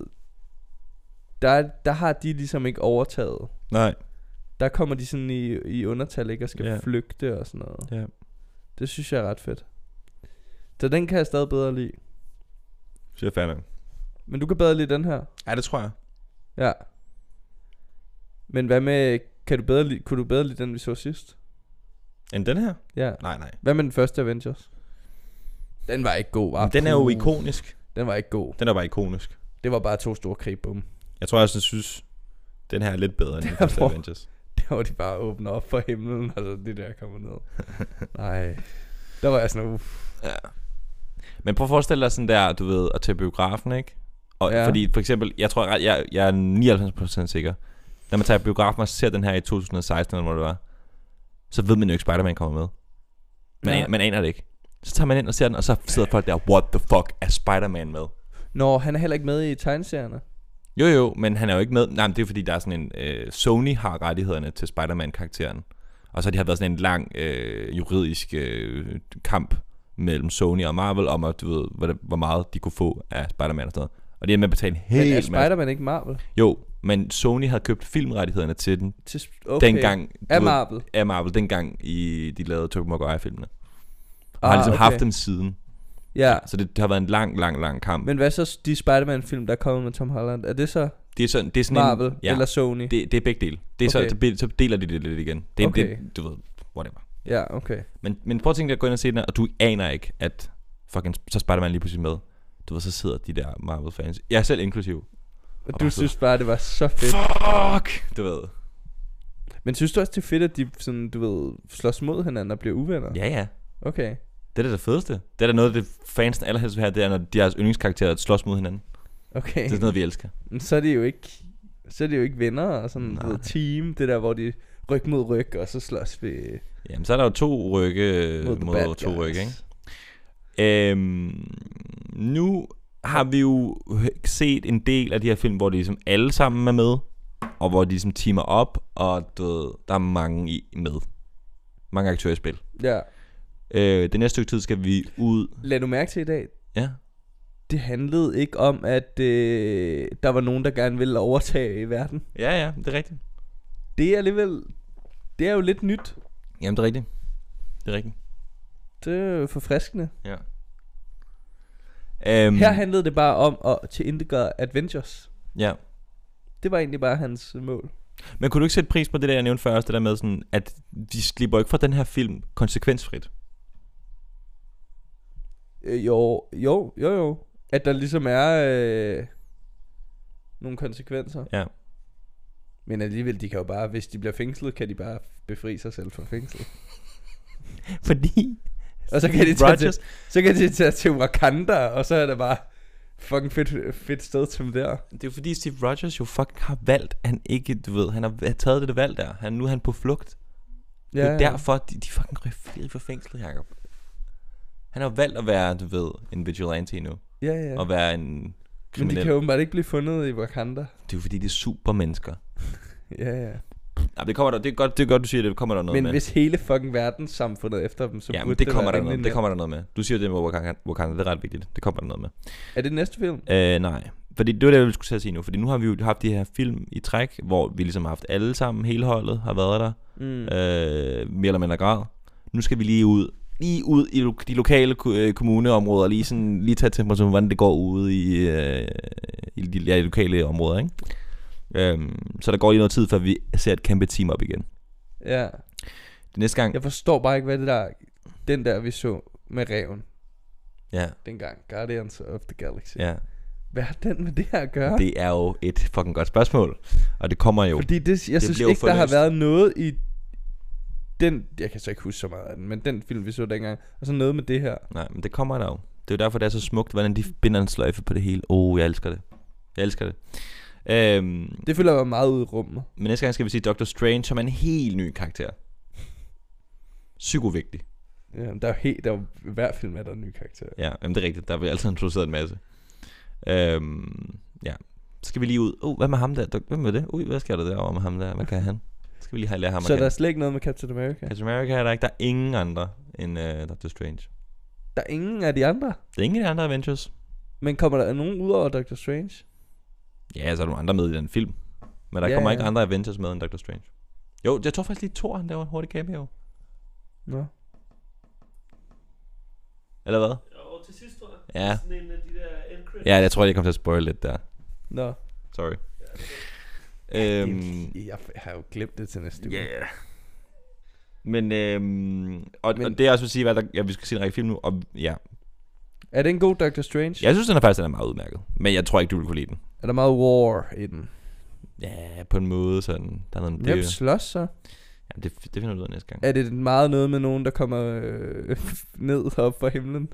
[SPEAKER 1] Der, der har de ligesom ikke overtaget.
[SPEAKER 2] Nej.
[SPEAKER 1] Der kommer de sådan i, i undertal, ikke? Og skal
[SPEAKER 2] Ja.
[SPEAKER 1] yeah. flygte og sådan noget.
[SPEAKER 2] Ja.
[SPEAKER 1] Det synes jeg er ret fedt. Så den kan jeg stadig bedre lide.
[SPEAKER 2] Siger fanden.
[SPEAKER 1] Men du kan bedre lide den her.
[SPEAKER 2] Ja, det tror jeg.
[SPEAKER 1] Ja. Men hvad med... Kan du bedre lide, kunne du bedre lide den, vi så sidst?
[SPEAKER 2] End den her?
[SPEAKER 1] Ja.
[SPEAKER 2] Nej, nej.
[SPEAKER 1] Hvad med den første Avengers? Den var ikke god, var
[SPEAKER 2] Men den er jo ikonisk.
[SPEAKER 1] Den var ikke god.
[SPEAKER 2] Den er bare ikonisk.
[SPEAKER 1] Det var bare to store krig, bum.
[SPEAKER 2] Jeg tror, jeg sådan synes, den her er lidt bedre end den første
[SPEAKER 1] Derfor.
[SPEAKER 2] Avengers.
[SPEAKER 1] Der hvor de bare åbner op for himlen, og så det der kommer ned. Nej. Der var jeg sådan, uff.
[SPEAKER 2] Ja. Men prøv at forestille dig sådan der, du ved, at tage biografen, ikke? Og
[SPEAKER 1] Ja.
[SPEAKER 2] ja. Fordi for eksempel, jeg tror, jeg, jeg, jeg er 99% sikker. Når man tager i biografen og ser den her i 2016, eller hvor det var, så ved man jo ikke, Spider-Man kommer med. Man,
[SPEAKER 1] Nej.
[SPEAKER 2] aner, man aner det ikke. Så tager man ind og ser den, og så sidder folk der, what the fuck er Spider-Man med?
[SPEAKER 1] Nå, han er heller ikke med i tegneserierne.
[SPEAKER 2] Jo jo, men han er jo ikke med. Nej, men det er jo fordi, der er sådan en... Øh, Sony har rettighederne til Spider-Man-karakteren. Og så har de har været sådan en lang øh, juridisk øh, kamp mellem Sony og Marvel om, at, du ved, hvor, det- hvor meget de kunne få af Spider-Man og sådan noget. Og det er med at betale en
[SPEAKER 1] Men
[SPEAKER 2] hel
[SPEAKER 1] er
[SPEAKER 2] masse.
[SPEAKER 1] Spider-Man ikke Marvel?
[SPEAKER 2] Jo, men Sony havde købt filmrettighederne til den
[SPEAKER 1] Til, sp-
[SPEAKER 2] okay.
[SPEAKER 1] okay.
[SPEAKER 2] dengang. du
[SPEAKER 1] Af
[SPEAKER 2] ved,
[SPEAKER 1] Marvel.
[SPEAKER 2] Af Marvel, dengang i, de lavede Tobey Maguire-filmene.
[SPEAKER 1] Ah,
[SPEAKER 2] Og har ligesom
[SPEAKER 1] okay.
[SPEAKER 2] haft dem siden.
[SPEAKER 1] Ja.
[SPEAKER 2] Så det, det har været en lang, lang, lang kamp. Men,
[SPEAKER 1] Men hvad så de Spider-Man-film, der er kommet med Tom Holland? Er det så
[SPEAKER 2] det er sådan, det er sådan
[SPEAKER 1] Marvel
[SPEAKER 2] en, ja,
[SPEAKER 1] eller Sony? Det.
[SPEAKER 2] Det, det er begge dele. Det er
[SPEAKER 1] Okay.
[SPEAKER 2] okay. så, så, så deler de det lidt igen. Det er
[SPEAKER 1] Okay.
[SPEAKER 2] okay. det, du ved, whatever.
[SPEAKER 1] Ja, okay.
[SPEAKER 2] Men, men prøv at tænke dig at gå ind og se den her, og du aner ikke, at fucking, så Spider-Man lige pludselig med. Du ved, så sidder de der Marvel-fans. Jeg er selv inklusiv.
[SPEAKER 1] Og
[SPEAKER 2] Og
[SPEAKER 1] du
[SPEAKER 2] bare
[SPEAKER 1] synes bare, det var så fedt.
[SPEAKER 2] Fuck! Du ved.
[SPEAKER 1] Men synes du også, det er fedt, at de sådan, du ved, slås mod hinanden og bliver uvenner?
[SPEAKER 2] Ja, ja.
[SPEAKER 1] Okay.
[SPEAKER 2] Det er da det fedeste. Det er da noget, det fansen allerhelst vil have, det er, når deres yndlingskarakterer slås mod hinanden.
[SPEAKER 1] Okay.
[SPEAKER 2] Det er sådan noget, vi elsker.
[SPEAKER 1] Men så er det jo ikke så er det jo ikke venner og sådan
[SPEAKER 2] Nej.
[SPEAKER 1] noget team, det der, hvor de ryg mod ryg, og så slås vi
[SPEAKER 2] Jamen, så er der jo to rykke
[SPEAKER 1] mod,
[SPEAKER 2] Øh, mod,
[SPEAKER 1] the bad
[SPEAKER 2] mod to
[SPEAKER 1] guys.
[SPEAKER 2] rykke, ikke? Øhm, nu har vi jo set en del af de her film, hvor de ligesom alle sammen er med, og hvor de ligesom teamer op, og du ved, der er mange i med. Mange aktører i spil.
[SPEAKER 1] Ja.
[SPEAKER 2] Øh, det næste stykke tid skal vi ud...
[SPEAKER 1] Lad du mærke til i dag,
[SPEAKER 2] Ja.
[SPEAKER 1] det handlede ikke om, at øh, der var nogen, der gerne ville overtage verden.
[SPEAKER 2] Ja, ja, det er rigtigt.
[SPEAKER 1] Det er alligevel, det er jo lidt nyt.
[SPEAKER 2] Jamen, det er rigtigt. Det er rigtigt.
[SPEAKER 1] Det er jo forfriskende.
[SPEAKER 2] Ja. Øhm,
[SPEAKER 1] Mm. Her handlede det bare om at tilindegøre Adventures.
[SPEAKER 2] ja.
[SPEAKER 1] Det var egentlig bare hans mål.
[SPEAKER 2] Men kunne du ikke sætte pris på det der, jeg nævnte før også, det der med sådan, at vi slipper ikke fra den her film konsekvensfrit?
[SPEAKER 1] Øh, jo, jo, jo, jo. At der ligesom er øh, nogle konsekvenser.
[SPEAKER 2] Ja.
[SPEAKER 1] Men alligevel, de kan jo bare, hvis de bliver fængslet, kan de bare befri sig selv fra fængslet.
[SPEAKER 2] Fordi...
[SPEAKER 1] Og så kan de tage til,
[SPEAKER 2] Rogers,
[SPEAKER 1] så kan de tage til Wakanda, og så er det bare fucking fedt, fedt sted til der.
[SPEAKER 2] det er jo fordi Steve Rogers jo fucking har valgt, han ikke, du ved, han har han har taget det valg der. Han, nu er han på flugt. Ja, det er derfor, de, de fucking ryger for fængslet, Jacob. Han har valgt at være, du ved, en vigilante nu.
[SPEAKER 1] Ja, ja.
[SPEAKER 2] Ja. Og være en
[SPEAKER 1] Men de
[SPEAKER 2] kriminel.
[SPEAKER 1] kan jo åbenbart ikke blive fundet i Wakanda.
[SPEAKER 2] Det er jo fordi, de er supermennesker.
[SPEAKER 1] Ja, ja.
[SPEAKER 2] Ja, det kommer der, det er godt, det er godt, du siger, det det kommer der noget
[SPEAKER 1] Men
[SPEAKER 2] med.
[SPEAKER 1] hvis hele fucking verdenssamfundet er efter dem, så
[SPEAKER 2] ja, men
[SPEAKER 1] burde
[SPEAKER 2] det
[SPEAKER 1] det
[SPEAKER 2] kommer
[SPEAKER 1] være
[SPEAKER 2] der noget,
[SPEAKER 1] rimelig
[SPEAKER 2] det kommer der noget med. Du siger det med Wakanda, Wakanda, det er ret vigtigt. Det kommer der noget med.
[SPEAKER 1] nemt. Er det næste film?
[SPEAKER 2] Øh, nej. Fordi det var det, jeg ville skulle til at sige nu. Fordi nu har vi jo haft de her film i træk, hvor vi ligesom har haft alle sammen, hele holdet har været der.
[SPEAKER 1] Mm.
[SPEAKER 2] Øh, mere eller mindre grad. Nu skal vi lige ud lige ud i lo- de lokale ku- øh, kommuneområder, lige, sådan, lige tage temperaturen, hvordan det går ude i, øh, i de ja, i de lokale områder, ikke? Øhm, så der går lige noget tid, før vi ser et kæmpe team op igen.
[SPEAKER 1] Ja.
[SPEAKER 2] Det næste gang...
[SPEAKER 1] Jeg forstår bare ikke, hvad det der... Den der, vi så med reven
[SPEAKER 2] Ja,
[SPEAKER 1] dengang. Guardians of the Galaxy. Ja.
[SPEAKER 2] ja.
[SPEAKER 1] Hvad har den med det her at gøre? Det,
[SPEAKER 2] Det er jo et fucking godt spørgsmål. Og det kommer jo.
[SPEAKER 1] Fordi det, jeg det
[SPEAKER 2] det
[SPEAKER 1] synes
[SPEAKER 2] blev
[SPEAKER 1] ikke, der har
[SPEAKER 2] forløst.
[SPEAKER 1] været noget i... Den, jeg kan så ikke huske så meget af den, men den film, vi så dengang. Og så noget med det her.
[SPEAKER 2] Nej, men det kommer der jo. Det er jo derfor, det er så smukt, hvordan de binder en sløjfe på det hele. Oh, jeg elsker det. Jeg elsker det. Øhm,
[SPEAKER 1] Det føler jeg var meget ude i rummet.
[SPEAKER 2] men næste gang skal vi sige Dr. Strange, som er en helt ny karakter. Psykovigtig.
[SPEAKER 1] Ja, men der er jo helt... Der er jo, i hver film er der en ny karakter.
[SPEAKER 2] Ja, jamen det er rigtigt. Der bliver altid introduceret en masse. Øhm, ja. Så skal vi lige ud. Oh, hvad med ham der? Dok- Hvem er det? Ui, hvad sker der derovre med ham der? Hvad kan han? Skal vi lige have lært ham at
[SPEAKER 1] så der er
[SPEAKER 2] kende?
[SPEAKER 1] slet ikke noget med Captain America.
[SPEAKER 2] Captain America er der ikke. Der er ingen andre end uh, Dr. Strange.
[SPEAKER 1] Der er ingen af de andre.
[SPEAKER 2] Der er ingen af de andre Avengers.
[SPEAKER 1] Men kommer der nogen ud over Doctor Strange?
[SPEAKER 2] Ja, så er der nogle andre med i den film. Men der
[SPEAKER 1] Ja,
[SPEAKER 2] ja, kommer
[SPEAKER 1] ja.
[SPEAKER 2] ikke andre Avengers med end Doctor Strange. Jo, jeg tror faktisk lige Thor, han laver en hurtig cameo.
[SPEAKER 1] Nå.
[SPEAKER 2] Eller hvad?
[SPEAKER 3] Og til sidst, tror jeg.
[SPEAKER 2] Ja.
[SPEAKER 3] Sådan en af de der end credits.
[SPEAKER 2] Ja, jeg tror, jeg kom til at spoil lidt der.
[SPEAKER 1] Nå.
[SPEAKER 2] Sorry.
[SPEAKER 1] Det er-
[SPEAKER 2] Øhm,
[SPEAKER 1] Jeg f- har jo glemt det til næste uge.
[SPEAKER 2] yeah. Men, øhm, og, Men,
[SPEAKER 1] Men-
[SPEAKER 2] og, det er også at sige, hvad der, ja, vi skal se en række film nu. Og, ja.
[SPEAKER 1] Er det en god Doctor Strange?
[SPEAKER 2] Jeg synes, den er faktisk den er meget udmærket. Men jeg tror ikke, du vil kunne lide den.
[SPEAKER 1] Er der meget war i den?
[SPEAKER 2] Ja, på en måde sådan. Der er noget, det,
[SPEAKER 1] Hvem slås så?
[SPEAKER 2] ja, det, det finder du ud af næste gang.
[SPEAKER 1] Er det meget noget med nogen, der kommer øh, ned op fra himlen?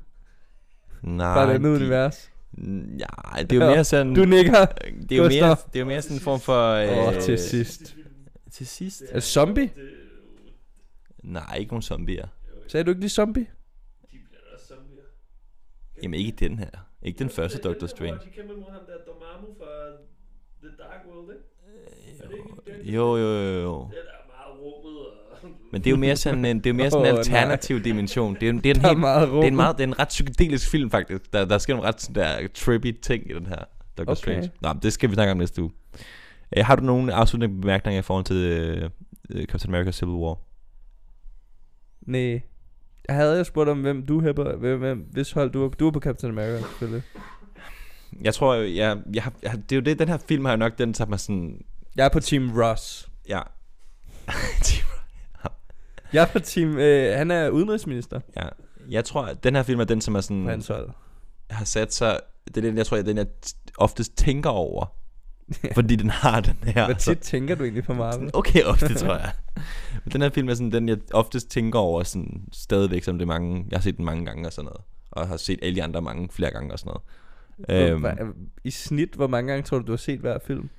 [SPEAKER 2] Nej,
[SPEAKER 1] Fra et andet
[SPEAKER 2] Ah, de-
[SPEAKER 1] univers?
[SPEAKER 2] Nej, det er jo
[SPEAKER 1] Ja.
[SPEAKER 2] mere sådan...
[SPEAKER 1] Du nikker.
[SPEAKER 2] det er jo mere,
[SPEAKER 1] Gustav.
[SPEAKER 2] det er jo mere sådan en form for...
[SPEAKER 1] Åh, øh, til sidst.
[SPEAKER 2] Til sidst?
[SPEAKER 1] Er det zombie?
[SPEAKER 3] Det,
[SPEAKER 2] Nej, ikke nogen zombier.
[SPEAKER 1] Sagde du ikke lige zombie?
[SPEAKER 3] de bliver da også zombier.
[SPEAKER 2] Jamen ikke den her. Ikke den første Doctor Strange.
[SPEAKER 3] De kæmper mod ham der Dormammu fra The Dark World, ikke?
[SPEAKER 2] Øh, Jo, jo, jo, jo.
[SPEAKER 3] Den er meget rummet og...
[SPEAKER 2] Men det er jo mere sådan en, det er jo mere sådan en
[SPEAKER 1] Åh, nej.
[SPEAKER 2] alternativ dimension. Det er, jo- det er en
[SPEAKER 1] Der er
[SPEAKER 2] helt,
[SPEAKER 1] meget
[SPEAKER 2] det
[SPEAKER 1] rum.
[SPEAKER 2] er en meget, det er en ret psykedelisk film faktisk. Der, der sker nogle ret sådan der trippy ting i den her
[SPEAKER 1] Okay.
[SPEAKER 2] Doctor okay. Strange. Nå, men det skal vi snakke om næste uge. Øh, har du nogle afsluttende bemærkninger i forhold til øh, øh, Captain America Civil War?
[SPEAKER 1] Nej. Jeg havde jeg spurgt om, hvem du hæpper, hvem, hvem, hvis hold du er, du er på Captain America, selvfølgelig.
[SPEAKER 2] Jeg tror, jeg, jeg, jeg, har- jeg, det er jo det, den her film har jo nok den, som er sådan,
[SPEAKER 1] Jeg er på Team Ross.
[SPEAKER 2] ja,
[SPEAKER 1] Jeg er på Team, øh, han er udenrigsminister
[SPEAKER 2] ja. Jeg tror, at den her film er den, som er sådan...
[SPEAKER 1] på hans hold.
[SPEAKER 2] har sat sig, det er den, jeg tror, jeg, den jeg t- oftest tænker over. fordi den har den her. altså.
[SPEAKER 1] Hvor
[SPEAKER 2] så-
[SPEAKER 1] tit tænker du egentlig på Marvel?
[SPEAKER 2] sådan, okay, ofte tror jeg. Men den her film er sådan den, jeg oftest tænker over sådan, stadigvæk, som det er mange, jeg har set den mange gange og sådan noget. Og har set alle de andre mange flere gange og sådan noget. Øhm,
[SPEAKER 1] Hvor- I snit, hvor mange gange tror du, du har set hver film?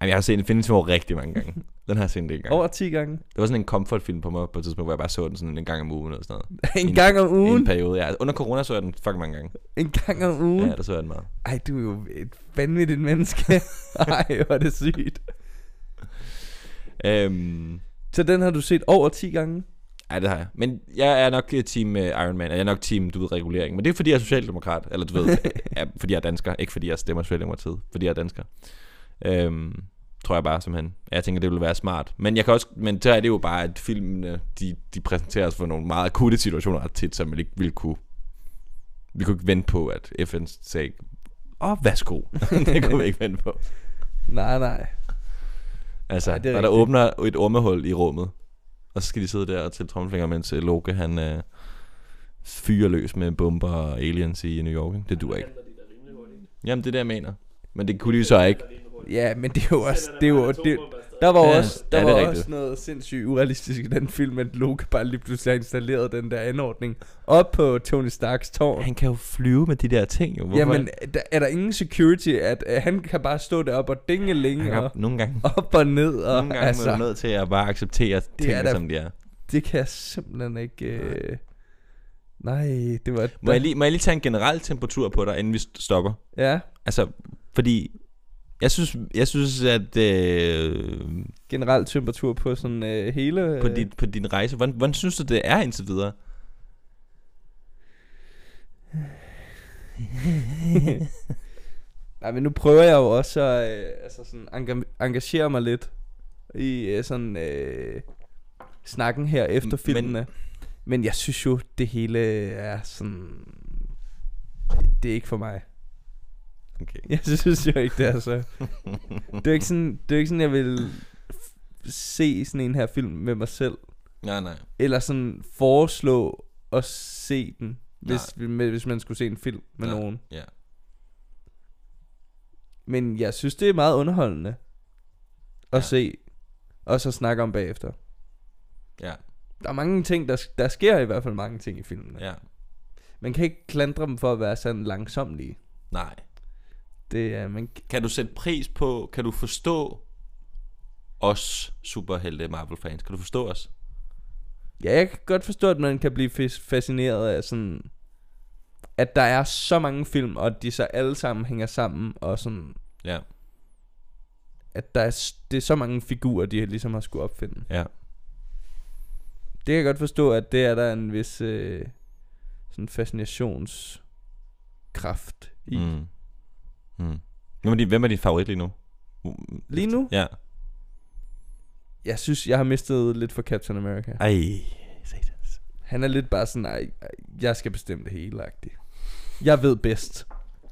[SPEAKER 2] Jamen, jeg har set Infinity War rigtig mange gange. Den har jeg set en del gange.
[SPEAKER 1] Over 10 gange?
[SPEAKER 2] Det var sådan en comfort film på mig på et tidspunkt, hvor jeg bare så den sådan en gang om ugen eller sådan noget.
[SPEAKER 1] en
[SPEAKER 2] En-
[SPEAKER 1] gang om
[SPEAKER 2] I
[SPEAKER 1] ugen?
[SPEAKER 2] en periode, ja. Under corona så jeg den fucking mange gange.
[SPEAKER 1] En gang om ugen?
[SPEAKER 2] Ja, der så jeg den meget.
[SPEAKER 1] Ej, du er jo et vanvittigt menneske. Ej, hvor er det sygt.
[SPEAKER 2] Øhm,
[SPEAKER 1] Så den har du set over 10 gange?
[SPEAKER 2] Ja, det har jeg. Men jeg er nok øh, team øh, Iron Man, og jeg er nok team, du ved, regulering. Men det er, fordi jeg er socialdemokrat, eller du ved, ja, fordi jeg er dansker, ikke fordi jeg stemmer Socialdemokratiet, fordi jeg er dansker. Øhm, tror jeg bare simpelthen. Jeg tænker, det ville være smart. Men jeg kan også, men så er det jo bare, at filmene, de, de præsenterer os for nogle meget akutte situationer ret tit, som vi ikke ville kunne, vi kunne ikke vente på, at FN sagde, åh, oh, værsgo. det kunne vi ikke vente på.
[SPEAKER 1] Nej, nej.
[SPEAKER 2] Altså,
[SPEAKER 1] Ej,
[SPEAKER 2] Ej,
[SPEAKER 1] det er
[SPEAKER 2] når der
[SPEAKER 1] rigtigt.
[SPEAKER 2] åbner et ormehul i rummet, og så skal de sidde der og tælle trommelfingre, mens øh, Loke han øh, fyrer løs med bomber og aliens i New York. ikke? Det duer ikke.
[SPEAKER 3] handler de da rimelig hurtigt.
[SPEAKER 2] Jamen, det er det, jeg mener. Men det kunne de så ikke.
[SPEAKER 1] Ja, men det er jo også... Det er jo, det, der var
[SPEAKER 2] Ja,
[SPEAKER 1] også,
[SPEAKER 2] ja,
[SPEAKER 1] der
[SPEAKER 2] det er
[SPEAKER 1] var
[SPEAKER 2] rigtigt.
[SPEAKER 1] også noget sindssygt urealistisk i den film, at Luke bare lige pludselig har installeret den der anordning op på Tony Starks tårn.
[SPEAKER 2] Han kan jo flyve med de der ting, jo. Hvorfor?
[SPEAKER 1] Jamen, der, er der ingen security, at, at han kan bare stå deroppe og
[SPEAKER 2] han
[SPEAKER 1] dingelinge
[SPEAKER 2] kan,
[SPEAKER 1] og
[SPEAKER 2] nogle gange,
[SPEAKER 1] op og ned? Og,
[SPEAKER 2] nogle gange altså, er du nødt til at bare acceptere
[SPEAKER 1] er
[SPEAKER 2] tingene,
[SPEAKER 1] da-
[SPEAKER 2] som de er.
[SPEAKER 1] det kan jeg simpelthen ikke... Øh... Nej, det var...
[SPEAKER 2] Må jeg, lige, må jeg lige tage en generel temperatur på dig, inden vi st- stopper?
[SPEAKER 1] Ja,
[SPEAKER 2] Altså, fordi... Jeg synes, jeg synes at øh,
[SPEAKER 1] generel temperatur på sådan øh, hele...
[SPEAKER 2] på,
[SPEAKER 1] øh,
[SPEAKER 2] dit, på din rejse, hvordan, hvordan synes du, det er indtil videre?
[SPEAKER 1] Nej, men nu prøver jeg jo også at øh, altså sådan, enga- engagere mig lidt i øh, sådan øh, snakken her efter
[SPEAKER 2] Men-
[SPEAKER 1] filmene. Men, men jeg synes jo, det hele er sådan... Det er ikke for mig.
[SPEAKER 2] Okay.
[SPEAKER 1] Jeg synes jo ikke, det er så... Det er jo ikke sådan, det er jo ikke sådan jeg vil f- se sådan en her film med mig selv.
[SPEAKER 2] Nej, nej.
[SPEAKER 1] Eller sådan foreslå at se den, hvis, vi- med, hvis man skulle se en film med
[SPEAKER 2] Nej.
[SPEAKER 1] nogen.
[SPEAKER 2] Ja.
[SPEAKER 1] Men jeg synes, det er meget underholdende at
[SPEAKER 2] Ja.
[SPEAKER 1] ja. se, og så snakke om bagefter.
[SPEAKER 2] Ja,
[SPEAKER 1] Der er mange ting, der, der sker i hvert fald mange ting i filmene.
[SPEAKER 2] ja.
[SPEAKER 1] Man kan ikke klandre dem for at være sådan langsomlige.
[SPEAKER 2] Nej.
[SPEAKER 1] Det er, man,
[SPEAKER 2] Kan du sætte pris på, kan du forstå os superhelte Marvel-fans? Kan du forstå os?
[SPEAKER 1] ja, jeg kan godt forstå, at man kan blive fas- fascineret af sådan, at der er så mange film, og de så alle sammen hænger sammen, og sådan,
[SPEAKER 2] Ja,
[SPEAKER 1] at der er, s- det er så mange figurer, de ligesom har skulle opfinde.
[SPEAKER 2] ja.
[SPEAKER 1] Det kan jeg godt forstå, at det er der en vis øh, sådan fascinationskraft i. Mm.
[SPEAKER 2] Mm. Mm. Hvem, er din, hvem er din favorit lige nu?
[SPEAKER 1] Lige nu?
[SPEAKER 2] Ja.
[SPEAKER 1] Jeg synes, jeg har mistet lidt for Captain America.
[SPEAKER 2] Ej, satans.
[SPEAKER 1] Han er lidt bare sådan, nej, jeg skal bestemme det hele, agtig. Jeg ved bedst.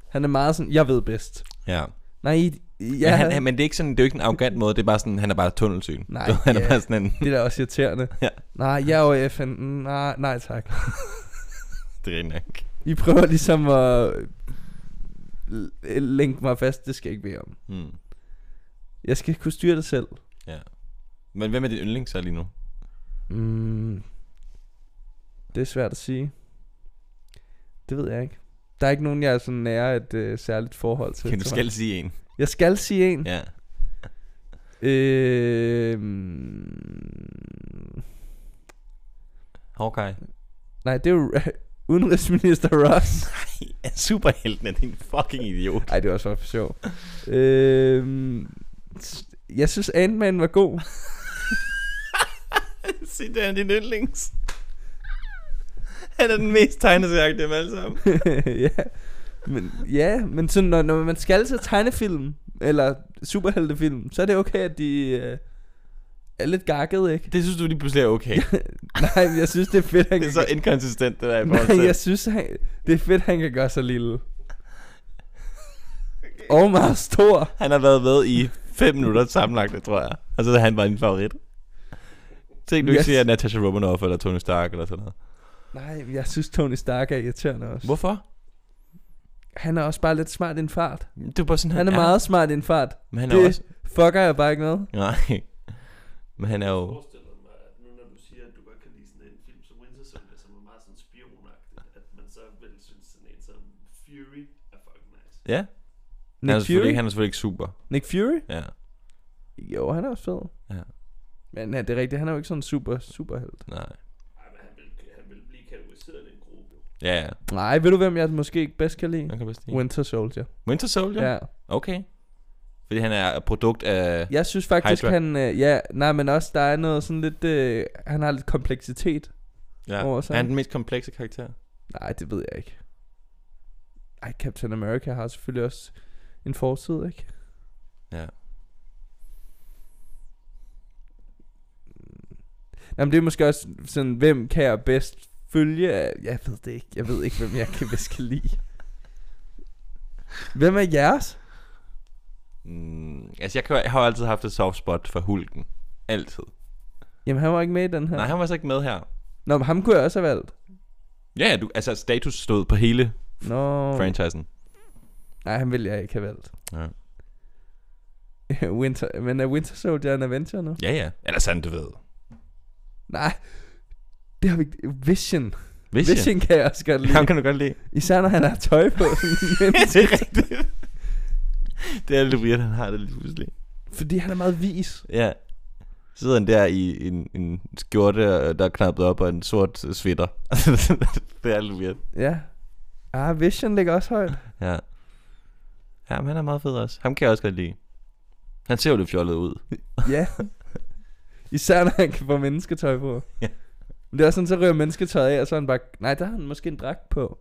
[SPEAKER 1] Han er meget sådan, jeg ved bedst.
[SPEAKER 2] Ja.
[SPEAKER 1] Nej,
[SPEAKER 2] Ja.
[SPEAKER 1] ja,
[SPEAKER 2] Men, han, han, men det er ikke sådan, det er jo ikke en arrogant måde, det er bare sådan, han er bare tunnelsyn.
[SPEAKER 1] Nej,
[SPEAKER 2] han er
[SPEAKER 1] ja.
[SPEAKER 2] bare sådan en,
[SPEAKER 1] det er da også irriterende.
[SPEAKER 2] Ja.
[SPEAKER 1] Nej, jeg er jo FN. Nej, nej tak.
[SPEAKER 2] det er rigtig nok.
[SPEAKER 1] I prøver ligesom at l- lænke mig fast, det skal jeg ikke bede om.
[SPEAKER 2] Mm.
[SPEAKER 1] Jeg skal kunne styre det selv.
[SPEAKER 2] Men hvem er din yndling så lige nu?
[SPEAKER 1] Mm. Det er svært at sige. Det ved jeg ikke. Der er ikke nogen, jeg er sådan nære et øh, særligt forhold til.
[SPEAKER 2] Kan du
[SPEAKER 1] tror jeg.
[SPEAKER 2] skal sige en?
[SPEAKER 1] Jeg skal sige en.
[SPEAKER 2] Ja.
[SPEAKER 1] Øh,
[SPEAKER 2] Hawkeye.
[SPEAKER 1] nej, det er jo udenrigsminister Ross.
[SPEAKER 2] Superhelten er din fucking idiot.
[SPEAKER 1] Nej, det var så for sjov. Øh, jeg synes, Ant-Man var god.
[SPEAKER 2] Se, det er din yndlings. Han er den mest tegneserieagtige af dem alle sammen.
[SPEAKER 1] ja. Men, ja, men sådan, når, når man skal til tegnefilm, eller superheltefilm, så er det okay, at de øh, er lidt gakket, ikke?
[SPEAKER 2] Det synes du lige pludselig er okay.
[SPEAKER 1] Nej, men jeg synes, det er fedt, han
[SPEAKER 2] Det er så
[SPEAKER 1] kan...
[SPEAKER 2] inkonsistent, det der i forhold
[SPEAKER 1] Nej,
[SPEAKER 2] til.
[SPEAKER 1] jeg synes, han, det er fedt, han kan gøre sig lille. Og meget stor.
[SPEAKER 2] Han har været med i 5 minutter sammenlagt, tror jeg. Og så er han bare din favorit. Tænk, du ikke
[SPEAKER 1] Yes.
[SPEAKER 2] siger Natasha Romanoff eller Tony Stark eller sådan noget.
[SPEAKER 1] Nej, men jeg synes Tony Stark er irriterende også.
[SPEAKER 2] Hvorfor?
[SPEAKER 1] Han er også bare lidt smart i en fart.
[SPEAKER 2] Det er bare sådan,
[SPEAKER 1] Han er meget smart i en fart.
[SPEAKER 2] Men han er
[SPEAKER 1] det-
[SPEAKER 2] også...
[SPEAKER 1] Fucker jeg bare ikke med?
[SPEAKER 2] Nej. Men han er
[SPEAKER 3] Jeg
[SPEAKER 2] jo...
[SPEAKER 3] forestiller mig, at nu når du siger, at du godt kan lide sådan en film som Winter Soldier, som er meget sådan spionagtig, at man så vil synes sådan en som Fury er fucking nice.
[SPEAKER 2] Ja, han er,
[SPEAKER 1] Nick
[SPEAKER 2] selvfølgelig
[SPEAKER 1] Fury?
[SPEAKER 2] ikke, Altså, han er selvfølgelig ikke super.
[SPEAKER 1] Nick Fury?
[SPEAKER 2] Ja.
[SPEAKER 1] Jo, han er også fed.
[SPEAKER 2] Ja.
[SPEAKER 1] Men ja, det er rigtigt, han er jo ikke sådan en super, superhelt.
[SPEAKER 2] Nej.
[SPEAKER 3] Ej, men han vil, han vil blive kategoriseret i en gruppe.
[SPEAKER 2] Ja, ja.
[SPEAKER 1] Nej, ved du hvem jeg måske ikke bedst kan lide?
[SPEAKER 2] Han kan bedst lide.
[SPEAKER 1] Winter Soldier.
[SPEAKER 2] Winter Soldier?
[SPEAKER 1] Ja.
[SPEAKER 2] Okay. Fordi han er et produkt af...
[SPEAKER 1] Jeg synes faktisk,
[SPEAKER 2] Hydra.
[SPEAKER 1] han... Øh, ja, nej, men også, der er noget sådan lidt... Øh, han har lidt kompleksitet.
[SPEAKER 2] Ja.
[SPEAKER 1] Over
[SPEAKER 2] Er
[SPEAKER 1] sig.
[SPEAKER 2] han den mest komplekse karakter?
[SPEAKER 1] Nej, det ved jeg ikke. Ej, Captain America har selvfølgelig også en forside, ikke?
[SPEAKER 2] Ja.
[SPEAKER 1] Mm. Jamen, det er måske også sådan, hvem kan jeg bedst følge? Jeg ved det ikke. Jeg ved ikke, hvem jeg kan bedst kan lide. Hvem er jeres?
[SPEAKER 2] Mm, altså, jeg, kan, jeg har jo altid haft et soft spot for Hulken. Altid.
[SPEAKER 1] Jamen, han var ikke med i den her.
[SPEAKER 2] Nej, han var så ikke med her.
[SPEAKER 1] Nå, men ham kunne jeg også have valgt.
[SPEAKER 2] Ja, ja, du, altså status stod på hele
[SPEAKER 1] Mm. Nå.
[SPEAKER 2] oh. franchisen.
[SPEAKER 1] Nej, han ville jeg ikke have valgt.
[SPEAKER 2] Ja.
[SPEAKER 1] Winter, men er Winter Soldier en Avenger nu?
[SPEAKER 2] ja, ja. Eller sådan, du ved.
[SPEAKER 1] Nej. Det har vi ikke. Vision.
[SPEAKER 2] Hvis
[SPEAKER 1] Vision, Vision kan jeg også godt lide.
[SPEAKER 2] Ham kan du godt lide.
[SPEAKER 1] Især når han har tøj på.
[SPEAKER 2] det er rigtigt. det er lidt weird, han har det lige pludselig.
[SPEAKER 1] Fordi han er meget vis.
[SPEAKER 2] Ja. Så sidder han der i en, en skjorte, øh, der er knappet op, og en sort øh, sweater. det er lidt weird.
[SPEAKER 1] Ja. Ah, Vision ligger også højt.
[SPEAKER 2] Ja. Ja, men han er meget fed også. Ham kan jeg også godt lide. Han ser jo lidt fjollet ud.
[SPEAKER 1] Ja. Især når han kan få mennesketøj på.
[SPEAKER 2] Ja.
[SPEAKER 1] Men det er også sådan, så ryger mennesketøjet af, og så er han bare... Nej, der har han måske en dragt på.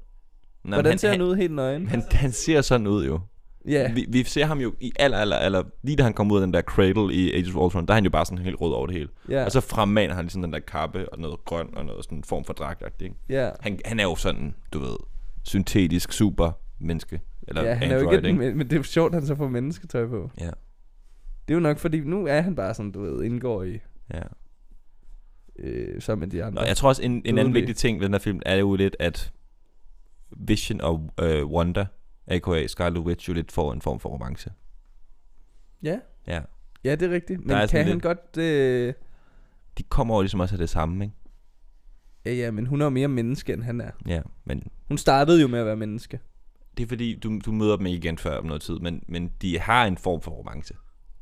[SPEAKER 2] Nå,
[SPEAKER 1] Nå, Hvordan ser han, ud helt nøgen?
[SPEAKER 2] Han, han ser sådan ud jo.
[SPEAKER 1] Ja.
[SPEAKER 2] Vi, vi ser ham jo i aller, aller, aller... Lige da han kom ud af den der cradle i Age of Ultron, der er han jo bare sådan helt rød over det hele.
[SPEAKER 1] Ja.
[SPEAKER 2] Og så fremmaner han ligesom den der kappe og noget grøn og noget sådan en form for dragt ikke?
[SPEAKER 1] ja.
[SPEAKER 2] Han, han er jo sådan, du ved, syntetisk super menneske. Eller
[SPEAKER 1] ja, han er jo
[SPEAKER 2] android,
[SPEAKER 1] ikke, den,
[SPEAKER 2] ikke?
[SPEAKER 1] men men det er jo sjovt, at han så får mennesketøj på.
[SPEAKER 2] Ja.
[SPEAKER 1] Det er jo nok, fordi nu er han bare sådan, du ved, indgår i
[SPEAKER 2] Ja.
[SPEAKER 1] øh, sammen med de andre.
[SPEAKER 2] Nå, jeg tror også, en, en anden
[SPEAKER 1] Dødelig.
[SPEAKER 2] vigtig ting ved den her film er jo lidt, at Vision og øh, Wanda, a.k.a. Scarlet Witch, jo lidt får en form for romance.
[SPEAKER 1] Ja.
[SPEAKER 2] Ja.
[SPEAKER 1] Ja, det er rigtigt. Men
[SPEAKER 2] Der er
[SPEAKER 1] er
[SPEAKER 2] sådan
[SPEAKER 1] kan han
[SPEAKER 2] lidt-
[SPEAKER 1] godt... Øh...
[SPEAKER 2] De kommer jo ligesom også af det samme, ikke?
[SPEAKER 1] Ja, ja, men hun er jo mere menneske, end han er.
[SPEAKER 2] Ja, men
[SPEAKER 1] Hun startede jo med at være menneske.
[SPEAKER 2] det er fordi, du, du møder dem ikke igen før om noget tid, men, men de har en form for romance.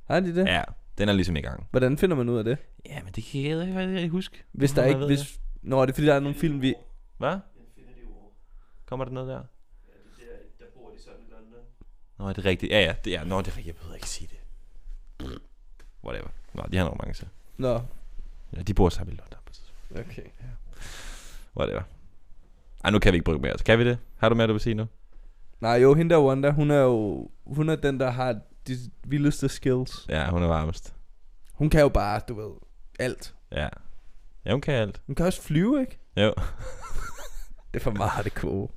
[SPEAKER 1] Har de det?
[SPEAKER 2] Ja. ja den er ligesom i gang.
[SPEAKER 1] Hvordan finder man ud af det?
[SPEAKER 2] Ja, men det kan jeg ikke rigtig huske.
[SPEAKER 1] Hvis
[SPEAKER 2] Hvorfor
[SPEAKER 1] der
[SPEAKER 2] man
[SPEAKER 1] ikke...
[SPEAKER 2] ved
[SPEAKER 1] Hvis... Nå, det er fordi, der er nogle film, vi...
[SPEAKER 2] Hvad?
[SPEAKER 3] Infinity War.
[SPEAKER 2] Kommer der noget der?
[SPEAKER 3] Ja, det er der, der bor de sådan i London.
[SPEAKER 2] Nå, er det rigtigt? Ja, ja, det er. Nå, det er rigtigt. Jeg behøver ikke sige det. Whatever. Nå, de har en romance.
[SPEAKER 1] Nå,
[SPEAKER 2] Ja, de bor sammen i London. på et tidspunkt.
[SPEAKER 1] okay.
[SPEAKER 2] Whatever. Ej, nu kan vi ikke bruge mere. Altså, Kan vi det? Har du mere, du vil sige nu?
[SPEAKER 1] Nej, jo, hende der Wanda, hun er jo... Hun er den, der har de vildeste skills.
[SPEAKER 2] Ja, hun er varmest.
[SPEAKER 1] Hun kan jo bare, du ved, alt.
[SPEAKER 2] Ja. Ja, hun kan alt.
[SPEAKER 1] Hun kan også flyve, ikke?
[SPEAKER 2] Jo.
[SPEAKER 1] Det er for meget det gode.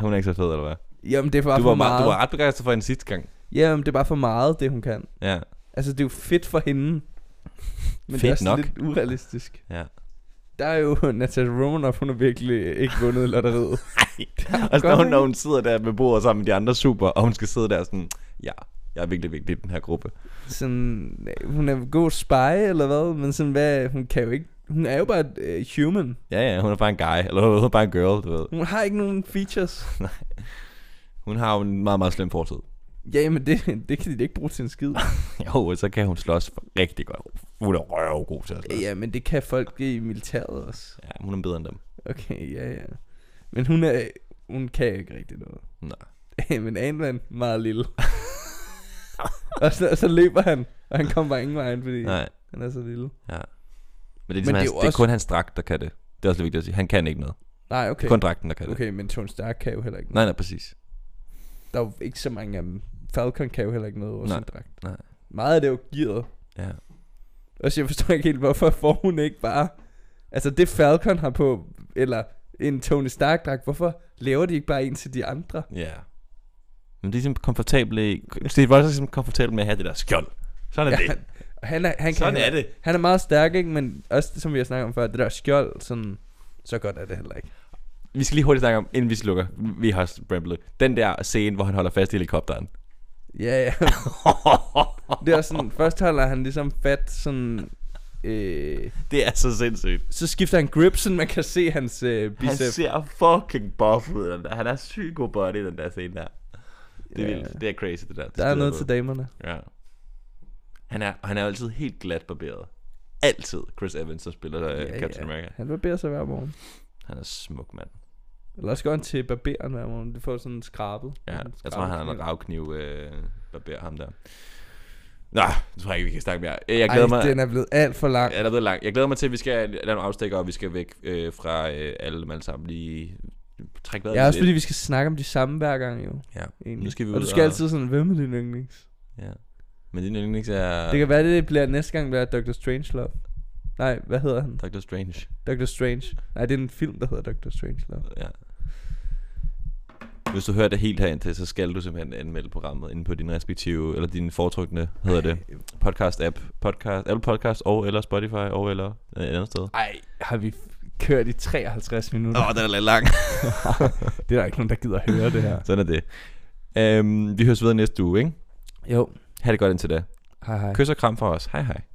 [SPEAKER 2] Hun er ikke så fed, eller hvad?
[SPEAKER 1] Jamen, det er bare
[SPEAKER 2] Du
[SPEAKER 1] for
[SPEAKER 2] var,
[SPEAKER 1] meget.
[SPEAKER 2] meget, du var ret begejstret for hende sidste gang.
[SPEAKER 1] Jamen, det er bare for meget, det hun kan.
[SPEAKER 2] Ja.
[SPEAKER 1] Altså, det er jo fedt for hende. Men det
[SPEAKER 2] Fedt
[SPEAKER 1] er også
[SPEAKER 2] nok.
[SPEAKER 1] lidt urealistisk.
[SPEAKER 2] Ja.
[SPEAKER 1] Der er jo Natasha Romanoff, hun har virkelig ikke vundet lotteriet.
[SPEAKER 2] Og så
[SPEAKER 1] Godt,
[SPEAKER 2] når hun,
[SPEAKER 1] ikke?
[SPEAKER 2] når hun sidder Altså, der ved bordet sammen med de andre super, og hun skal sidde der sådan, ja, jeg er virkelig vigtig i den her gruppe.
[SPEAKER 1] sådan, øh, hun er en god spy eller hvad, men sådan, hvad, hun kan jo ikke, hun er jo bare et øh, human.
[SPEAKER 2] Ja, ja, hun er bare en guy, eller hun er bare en girl, du ved.
[SPEAKER 1] Hun har ikke nogen features.
[SPEAKER 2] Hun har jo en meget, meget slem fortid.
[SPEAKER 1] Jamen, det, det kan de da ikke bruge til en skid.
[SPEAKER 2] Jo, så kan hun slås rigtig godt. Hun er røvgod til at slås.
[SPEAKER 1] ja, men det kan folk i militæret også.
[SPEAKER 2] Ja, hun er bedre end dem.
[SPEAKER 1] Okay, ja, ja. Men hun er, hun kan jo ikke rigtig noget.
[SPEAKER 2] Nej.
[SPEAKER 1] men Anland, meget lille. og, så, og så løber han, og han kommer bare ingen vejen, fordi Nej.
[SPEAKER 2] Nej.
[SPEAKER 1] han er så lille.
[SPEAKER 2] Men det er,
[SPEAKER 1] Men det
[SPEAKER 2] ligesom,
[SPEAKER 1] er
[SPEAKER 2] hans,
[SPEAKER 1] jo
[SPEAKER 2] det er
[SPEAKER 1] også-
[SPEAKER 2] kun hans dragt, der kan det. Det er også lidt vigtigt at sige. Han kan ikke noget.
[SPEAKER 1] Nej,
[SPEAKER 2] Det
[SPEAKER 1] okay.
[SPEAKER 2] er kun dragten, der kan det.
[SPEAKER 1] Okay, men Tony Stark kan jo heller ikke noget.
[SPEAKER 2] Nej, nej, præcis.
[SPEAKER 1] Der er jo ikke så mange af dem. Falcon kan jo heller ikke noget over
[SPEAKER 2] Nej,
[SPEAKER 1] sin dragt.
[SPEAKER 2] nej.
[SPEAKER 1] Meget af det er jo gearet.
[SPEAKER 2] Ja.
[SPEAKER 1] Og så jeg forstår ikke helt, hvorfor får hun ikke bare... Altså det Falcon har på, eller en Tony Stark dragt, hvorfor laver de ikke bare en til de andre?
[SPEAKER 2] Ja. Men det er ligesom komfortable... Steve Rogers er ligesom komfortabel med at have det der skjold. Sådan er det.
[SPEAKER 1] Og han er, han kan
[SPEAKER 2] Sådan er
[SPEAKER 1] heller-
[SPEAKER 2] det.
[SPEAKER 1] Han er meget stærk, ikke? Men også det, som vi har snakket om før, det der skjold, sådan, så godt er det heller ikke.
[SPEAKER 2] Vi skal lige hurtigt snakke om, inden vi slukker. Vi har ramblet. Den der scene, hvor han holder fast i helikopteren.
[SPEAKER 1] Ja, ja. Det er også sådan, først holder han ligesom fat sådan... Øh,
[SPEAKER 2] det er så sindssygt.
[SPEAKER 1] så skifter han grip, så man kan se hans øh, bicep.
[SPEAKER 2] Han ser fucking buff ud. den der. Han er syg god body, den der scene der. Det er
[SPEAKER 1] Ja.
[SPEAKER 2] vildt. Det er crazy, det der. Det
[SPEAKER 1] Der er
[SPEAKER 2] skider
[SPEAKER 1] noget
[SPEAKER 2] på.
[SPEAKER 1] til damerne.
[SPEAKER 2] Ja. Han er, og han er jo altid helt glat barberet. Altid Chris Evans, som spiller øh,
[SPEAKER 1] Ja,
[SPEAKER 2] ja, Captain
[SPEAKER 1] ja.
[SPEAKER 2] America.
[SPEAKER 1] Han barberer sig hver morgen.
[SPEAKER 2] Han er smuk, mand.
[SPEAKER 1] Eller også går han til barberen hver morgen. Det får sådan en skrabet.
[SPEAKER 2] Ja,
[SPEAKER 1] Sådan en
[SPEAKER 2] jeg tror, han
[SPEAKER 1] skrabet
[SPEAKER 2] har en
[SPEAKER 1] knæ.
[SPEAKER 2] ravkniv, øh, barberer ham der. Nå, nu tror jeg ikke, vi kan snakke mere. Jeg
[SPEAKER 1] Ej,
[SPEAKER 2] glæder mig...
[SPEAKER 1] den er blevet alt for lang.
[SPEAKER 2] Ja, der er blevet langt. Jeg glæder mig til, at vi skal lave nogle afstikker, og vi skal væk øh, fra øh, alle dem alle sammen. Lige trække vejret
[SPEAKER 1] Ja, også
[SPEAKER 2] lidt.
[SPEAKER 1] fordi vi skal snakke om de samme hver gang jo.
[SPEAKER 2] Ja,
[SPEAKER 1] Egentlig.
[SPEAKER 2] nu skal vi ud
[SPEAKER 1] og du skal altid sådan, hvem er din yndlings?
[SPEAKER 2] Ja. Men din yndlings er...
[SPEAKER 1] Det kan være, det bliver næste gang, bliver Dr. Strangelove. Nej, hvad hedder han?
[SPEAKER 2] Dr. Strange.
[SPEAKER 1] Dr. Strange. Nej, det er en film, der hedder Dr. Strangelove.
[SPEAKER 2] Ja. Hvis du hører det helt herind til, så skal du simpelthen anmelde programmet inde på din respektive, eller din foretrukne, hedder det, podcast-app, podcast, Apple Podcast, og eller Spotify, og eller et andet sted.
[SPEAKER 1] Ej, har vi f- kørt i 53 minutter?
[SPEAKER 2] Åh, oh, den er lidt lang.
[SPEAKER 1] Det er der ikke nogen, der gider at høre det her.
[SPEAKER 2] Sådan er det. Um, vi høres videre næste uge, ikke?
[SPEAKER 1] Jo.
[SPEAKER 2] Ha' det godt indtil da.
[SPEAKER 1] Hej hej.
[SPEAKER 2] Kys og kram for os. Hej hej.